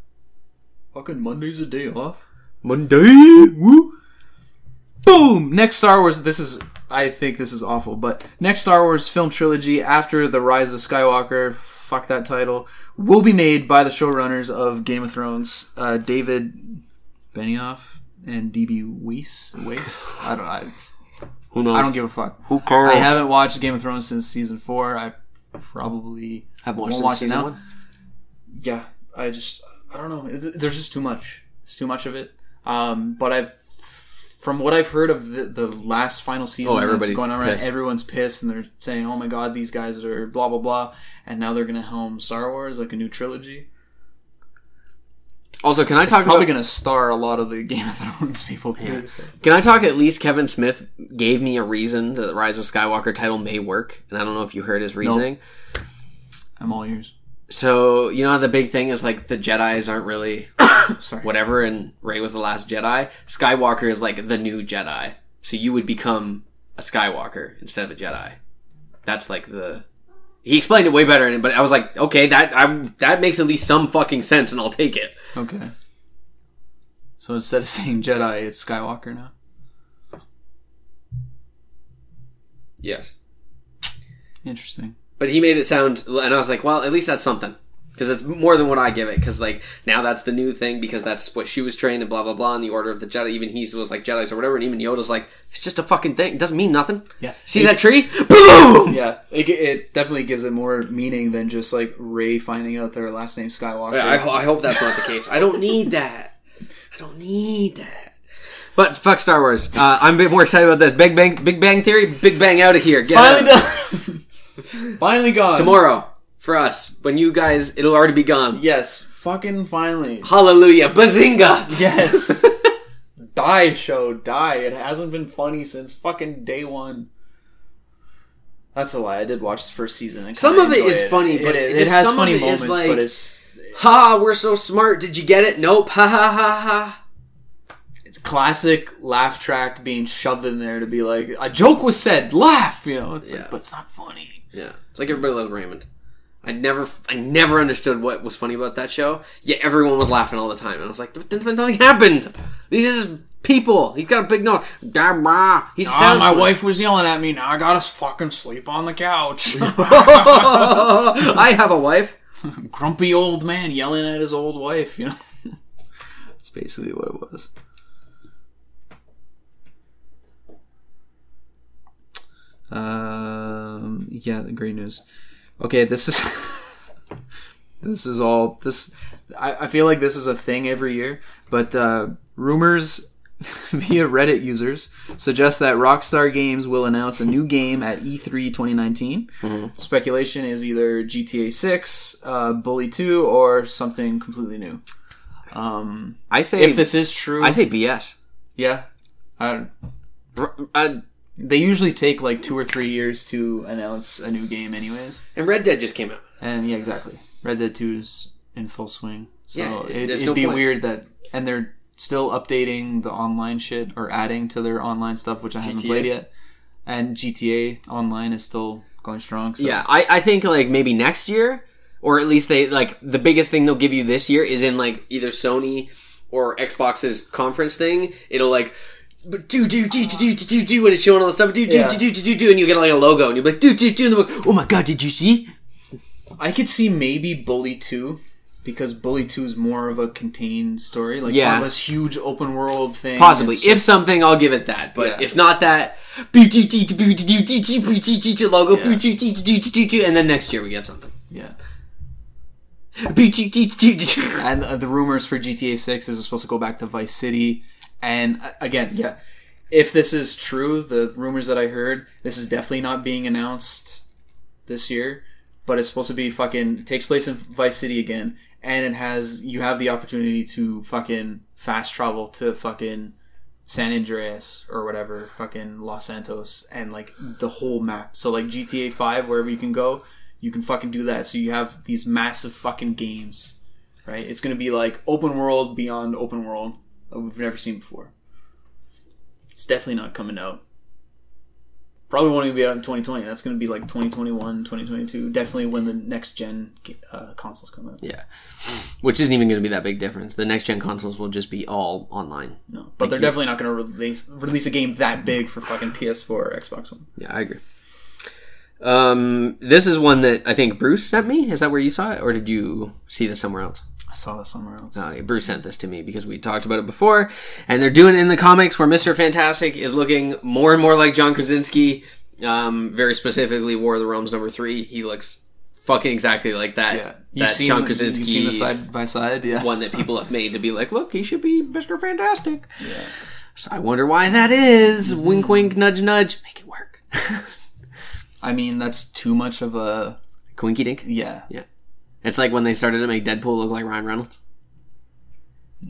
Speaker 2: Fucking Monday's a day off.
Speaker 1: Monday. Woo.
Speaker 2: Boom! Next Star Wars. This is. I think this is awful, but next Star Wars film trilogy after the Rise of Skywalker, fuck that title, will be made by the showrunners of Game of Thrones, uh, David Benioff and DB Weiss. Weiss. I don't. I,
Speaker 1: Who knows?
Speaker 2: I don't give a fuck.
Speaker 1: Who cares?
Speaker 2: I haven't watched Game of Thrones since season four. I probably
Speaker 1: Have
Speaker 2: won't
Speaker 1: watched
Speaker 2: watch it
Speaker 1: this season
Speaker 2: now.
Speaker 1: one.
Speaker 2: yeah, I just I don't know. Th- There's just too much. It's too much of it. Um, but I've from what I've heard of the, the last final season,
Speaker 1: Oh,
Speaker 2: that's
Speaker 1: everybody's
Speaker 2: going on right.
Speaker 1: pissed.
Speaker 2: Everyone's pissed, and they're saying, "Oh my god, these guys are blah blah blah," and now they're gonna helm Star Wars like a new trilogy.
Speaker 1: Also, can I
Speaker 2: It's
Speaker 1: talk
Speaker 2: probably
Speaker 1: about?
Speaker 2: gonna star a lot of the [laughs] Game of Thrones people too. so.
Speaker 1: Can I talk at least? Kevin Smith gave me a reason that the Rise of Skywalker title may work, and I don't know if you heard his reasoning.
Speaker 2: I'm all ears.
Speaker 1: So you know how the big thing is like the Jedi's aren't really
Speaker 2: Sorry.
Speaker 1: whatever, and Ray was the last Jedi. Skywalker is like the new Jedi. So you would become a Skywalker instead of a Jedi. That's like the. He explained it way better, and but I was like, okay, that I, that makes at least some fucking sense, and I'll take it.
Speaker 2: Okay. So instead of saying Jedi, it's Skywalker now.
Speaker 1: Yes.
Speaker 2: Interesting.
Speaker 1: But he made it sound, and I was like, well, at least that's something. Because it's more than what I give it. Because, like, now that's the new thing because that's what she was trained and blah, blah, blah. And the Order of the Jedi, even he was like Jedi's or whatever. And even Yoda's like, it's just a fucking thing. It doesn't mean nothing.
Speaker 2: Yeah.
Speaker 1: See that tree? Boom!
Speaker 2: Yeah, it, it definitely gives it more meaning than just like Ray finding out their last name Skywalker.
Speaker 1: I, [laughs] ho- I hope that's not the case. I don't need that. I don't need that. But fuck Star Wars. Uh, I'm a bit more excited about this. Big Bang, Big Bang Theory, Big Bang out of here. Get
Speaker 5: Finally
Speaker 1: out.
Speaker 5: done.
Speaker 2: [laughs]
Speaker 5: Finally gone.
Speaker 1: Tomorrow for us. When you guys, it'll already be gone.
Speaker 5: Yes. Fucking finally.
Speaker 1: Hallelujah,
Speaker 2: [laughs]
Speaker 1: bazinga!
Speaker 5: Yes. die show. Die. It hasn't been funny since fucking day one.
Speaker 2: That's a lie. I did watch the first season. I
Speaker 1: Some
Speaker 2: kinda
Speaker 1: of it
Speaker 2: enjoyed
Speaker 1: is funny, but
Speaker 2: it,
Speaker 1: it just-
Speaker 2: has
Speaker 1: some
Speaker 2: funny
Speaker 1: of it is,
Speaker 2: moments,
Speaker 1: like-
Speaker 2: but it's
Speaker 1: Ha! We're so smart. Did you get it? Nope. Ha ha ha ha.
Speaker 2: it's classic laugh track being shoved in there to be like a joke was said, laugh. You know, it's
Speaker 1: Yeah.
Speaker 2: like, but it's not funny.
Speaker 1: Yeah, it's like everybody loves Raymond. I never, I never understood what was funny about that show. Yet everyone was laughing all the time, and I was like, "But then nothing happened. These are just people. He's got a big nose. Da, bah. He
Speaker 5: Ah,
Speaker 1: sounds. [laughs]
Speaker 5: my wife was yelling at me. Now I gotta fucking sleep on the couch.
Speaker 1: I have a wife.
Speaker 5: Grumpy old man yelling at his old wife. You know.
Speaker 2: [laughs] That's basically what it was. Um. Yeah, the great news. Okay, this is [laughs] this is all this. I, I feel like this is a thing every year, but uh, rumors [laughs] via Reddit users suggest that Rockstar Games will announce a new game at E E3 2019. Speculation is either GTA 6, uh, Bully 2, or something completely new. Um,
Speaker 1: I say.
Speaker 5: If this is true,
Speaker 1: I say BS.
Speaker 2: yeah. I don't-
Speaker 1: R- uh,
Speaker 2: they usually take like two or three years to announce a new game, anyways.
Speaker 1: and Red Dead just came out.
Speaker 2: And yeah, exactly. Red Dead 2's in full swing. So
Speaker 1: Yeah,
Speaker 2: it,
Speaker 1: there's
Speaker 2: it'd
Speaker 1: no
Speaker 2: be
Speaker 1: point.
Speaker 2: weird that. And they're still updating the online shit or adding to their online stuff, which I haven't
Speaker 1: GTA.
Speaker 2: played yet. And GTA Online is still going strong. So.
Speaker 1: Yeah, I, I think like maybe next year, or at least they like the biggest thing they'll give you this year is in like either Sony or Xbox's conference thing. It'll like do do do do do do do do and it's showing all the stuff do do
Speaker 2: Yeah.
Speaker 1: do do do do do and you get like a logo and you're like do do do and they're like oh my god did you see
Speaker 2: I could see maybe Bully 2 because Bully 2 is more of a contained story. Like,
Speaker 1: Yeah.
Speaker 2: yeah. this huge open world thing.
Speaker 1: possibly
Speaker 2: It's
Speaker 1: if
Speaker 2: just-
Speaker 1: something I'll give it that but
Speaker 2: Yeah.
Speaker 1: if not that do do do do do do do do do do do do logo do do do do do do do and then next year we get something
Speaker 2: Yeah.
Speaker 1: do do do do do
Speaker 2: and uh, the rumors for GTA 6 is it's supposed to go back to Vice City. And uh, again, yeah, if this is true, the rumors that I heard, this is definitely not being announced this year, but it's supposed to be fucking takes place in Vice City again, and it has you have the opportunity to fucking fast travel to fucking San Andreas or whatever, fucking Los Santos, and like the whole map. So like GTA 5, wherever you can go. You can fucking do that. So you have these massive fucking games right? It's going to be like open world beyond open world that we've never seen before. It's definitely not coming out. Probably won't even be out in 2020. That's going to be like 2021, 2022. Definitely when the next gen uh, consoles come out.
Speaker 1: Yeah. Which isn't even going to be that big difference. The next gen consoles will just be all online.
Speaker 2: No, but they're definitely not going to release release a game that big for fucking PS4 or Xbox One.
Speaker 1: Yeah, I agree. Um, this is one that I think Bruce sent me. Is that where you saw it, or did you see this somewhere else?
Speaker 2: I saw that somewhere else.
Speaker 1: Uh, Bruce sent this to me because we talked about it before, and they're doing it in the comics where Mister Fantastic is looking more and more like John Krasinski. Um, very specifically, War of the Realms number three. He looks fucking exactly like that.
Speaker 2: Yeah,
Speaker 1: that John
Speaker 2: you've
Speaker 1: Krasinski
Speaker 2: seen the side by side. Yeah,
Speaker 1: one that people have made to be like, look, he should be Mr. Fantastic. So I wonder why that is. Wink, wink, nudge, nudge. Make it work. [laughs]
Speaker 2: I mean that's too much of a
Speaker 1: Quinky dink.
Speaker 2: yeah.
Speaker 1: It's like when they started to make Deadpool look like Ryan Reynolds.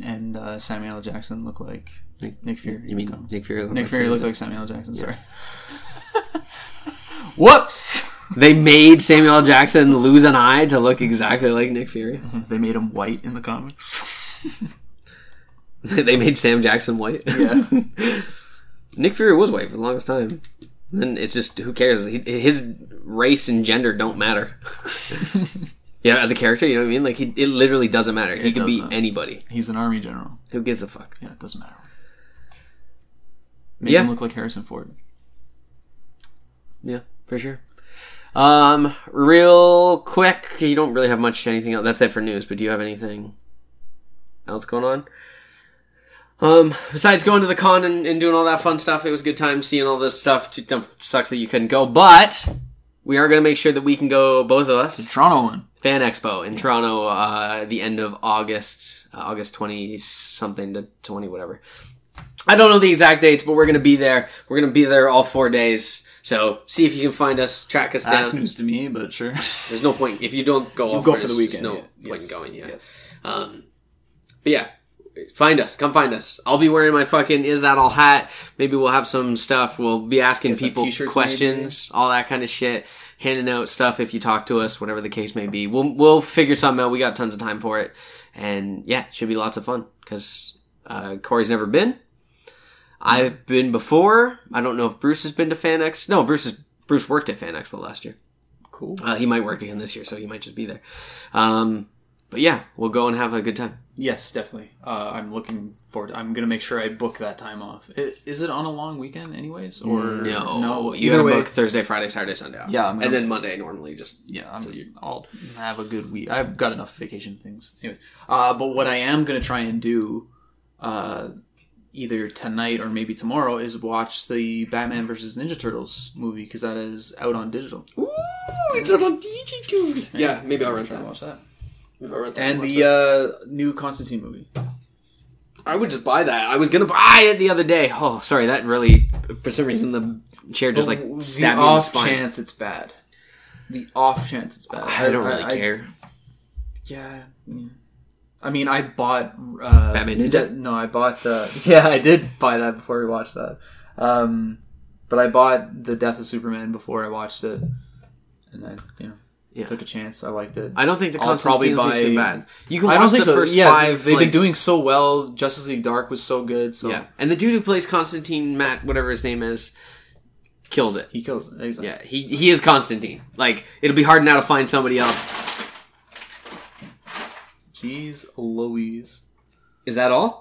Speaker 2: And uh, Samuel L. Jackson looked like
Speaker 1: Nick-
Speaker 2: Nick Fury.
Speaker 1: You mean Nick Fury?
Speaker 2: [laughs] Nick Fury looked like Samuel L. Jackson. Sorry. Whoops.
Speaker 1: They made Samuel L. Jackson lose an eye to look exactly like Nick Fury.
Speaker 2: They made him white in the comics.
Speaker 1: [laughs] they made Sam Jackson white.
Speaker 2: Yeah.
Speaker 1: [laughs] Nick Fury was white for the longest time. And then it's just who cares? He, his race and gender don't matter. yeah, as a character, you know what I mean? Like he, it literally doesn't matter. he could
Speaker 2: does
Speaker 1: be
Speaker 2: not.
Speaker 1: anybody.
Speaker 2: He's an army general.
Speaker 1: Who gives a fuck?
Speaker 2: Yeah, it doesn't matter. Make
Speaker 1: Yeah.
Speaker 2: him look like Harrison Ford.
Speaker 1: Yeah, for sure. Um, real quick, you don't really have much anything else. That's it for news. But do you have anything else going on? Um, besides going to the con and, and doing all that fun stuff, it was a good time seeing all this stuff. Too dumb, sucks that you couldn't go, but we are going to make sure that we can go. Both of us,
Speaker 2: Toronto one.
Speaker 1: Fan Expo in Toronto, uh, the end of August, uh, August 20 something to 20, whatever. I don't know the exact dates, but we're going to be there. We're going to be there all four days. So see if you can find us, track us down.
Speaker 2: That's news to me, but
Speaker 1: [laughs]
Speaker 2: sure.
Speaker 1: There's no point. If you don't go, all
Speaker 2: go
Speaker 1: four
Speaker 2: for the
Speaker 1: days,
Speaker 2: weekend,
Speaker 1: There's no
Speaker 2: yeah.
Speaker 1: point in
Speaker 2: Yes.
Speaker 1: going, yeah. Um, but yeah, find us. Come find us. I'll be wearing my fucking Is That All hat. Maybe we'll have some stuff. We'll be asking
Speaker 2: some
Speaker 1: people
Speaker 2: t-shirts
Speaker 1: questions, all that kind of shit. Handing out stuff if you talk to us, whatever the case may be. We'll, we'll figure something out. We got tons of time for it. And yeah, it should be lots of fun because uh, Corey's never been. I've been before. I don't know if Bruce has been to Fan Expo. No, Bruce is, Bruce worked at Fan Expo last year.
Speaker 2: cool.
Speaker 1: Uh, he might work again this year, so he might just be there. Um, but yeah, we'll go and have a good time.
Speaker 2: Yes, definitely. Uh, I'm looking forward. I'm gonna make sure I book that time off. I- Is it on a long weekend, anyways? Or
Speaker 1: No,
Speaker 2: no.
Speaker 1: you
Speaker 2: Either
Speaker 1: gotta
Speaker 2: way,
Speaker 1: book Thursday, Friday, Saturday, Sunday off.
Speaker 2: Yeah, I'm gonna-
Speaker 1: and then Monday normally just
Speaker 2: yeah. I'm, I'll have a good week. I've got enough vacation things. Anyways, uh, but what I am gonna try and do, uh, either tonight or maybe tomorrow, is watch the Batman versus Ninja Turtles movie because that is out on digital.
Speaker 1: ooh, it's out on DigiTunes. Yeah, maybe I'll rent
Speaker 2: Try and
Speaker 1: that.
Speaker 2: watch that.
Speaker 1: Maybe I'll rent that
Speaker 2: And
Speaker 1: watch
Speaker 2: the
Speaker 1: that.
Speaker 2: uh, new Constantine movie.
Speaker 1: I would just buy that. I was gonna buy it the other day. Oh, sorry, that really for some reason the chair just like stabbed
Speaker 2: the
Speaker 1: me in the
Speaker 2: off
Speaker 1: spine.
Speaker 2: chance it's bad. The off chance it's bad.
Speaker 1: I don't really care.
Speaker 2: Yeah. yeah. I mean, I bought uh,
Speaker 1: Batman Ninja?
Speaker 2: No, I bought the. [laughs] Yeah, I did buy that before we watched that. Um, but I bought the Death of Superman before I watched it, and I you know
Speaker 1: Yeah.
Speaker 2: took a chance. I liked it.
Speaker 1: I don't think the
Speaker 2: I'll probably
Speaker 1: Constantine things are
Speaker 2: buy-
Speaker 1: bad. You can watch
Speaker 2: I don't think
Speaker 1: the
Speaker 2: so.
Speaker 1: first
Speaker 2: yeah,
Speaker 1: five.
Speaker 2: they've
Speaker 1: like,
Speaker 2: been doing so well. Justice League Dark was so good. So
Speaker 1: Yeah, and the dude who plays Constantine, Matt, whatever his name is, kills it.
Speaker 2: he kills it. Exactly.
Speaker 1: Yeah, he he is Constantine. Like it'll be hard now to find somebody else.
Speaker 2: Jeez, Louise.
Speaker 1: Is that all?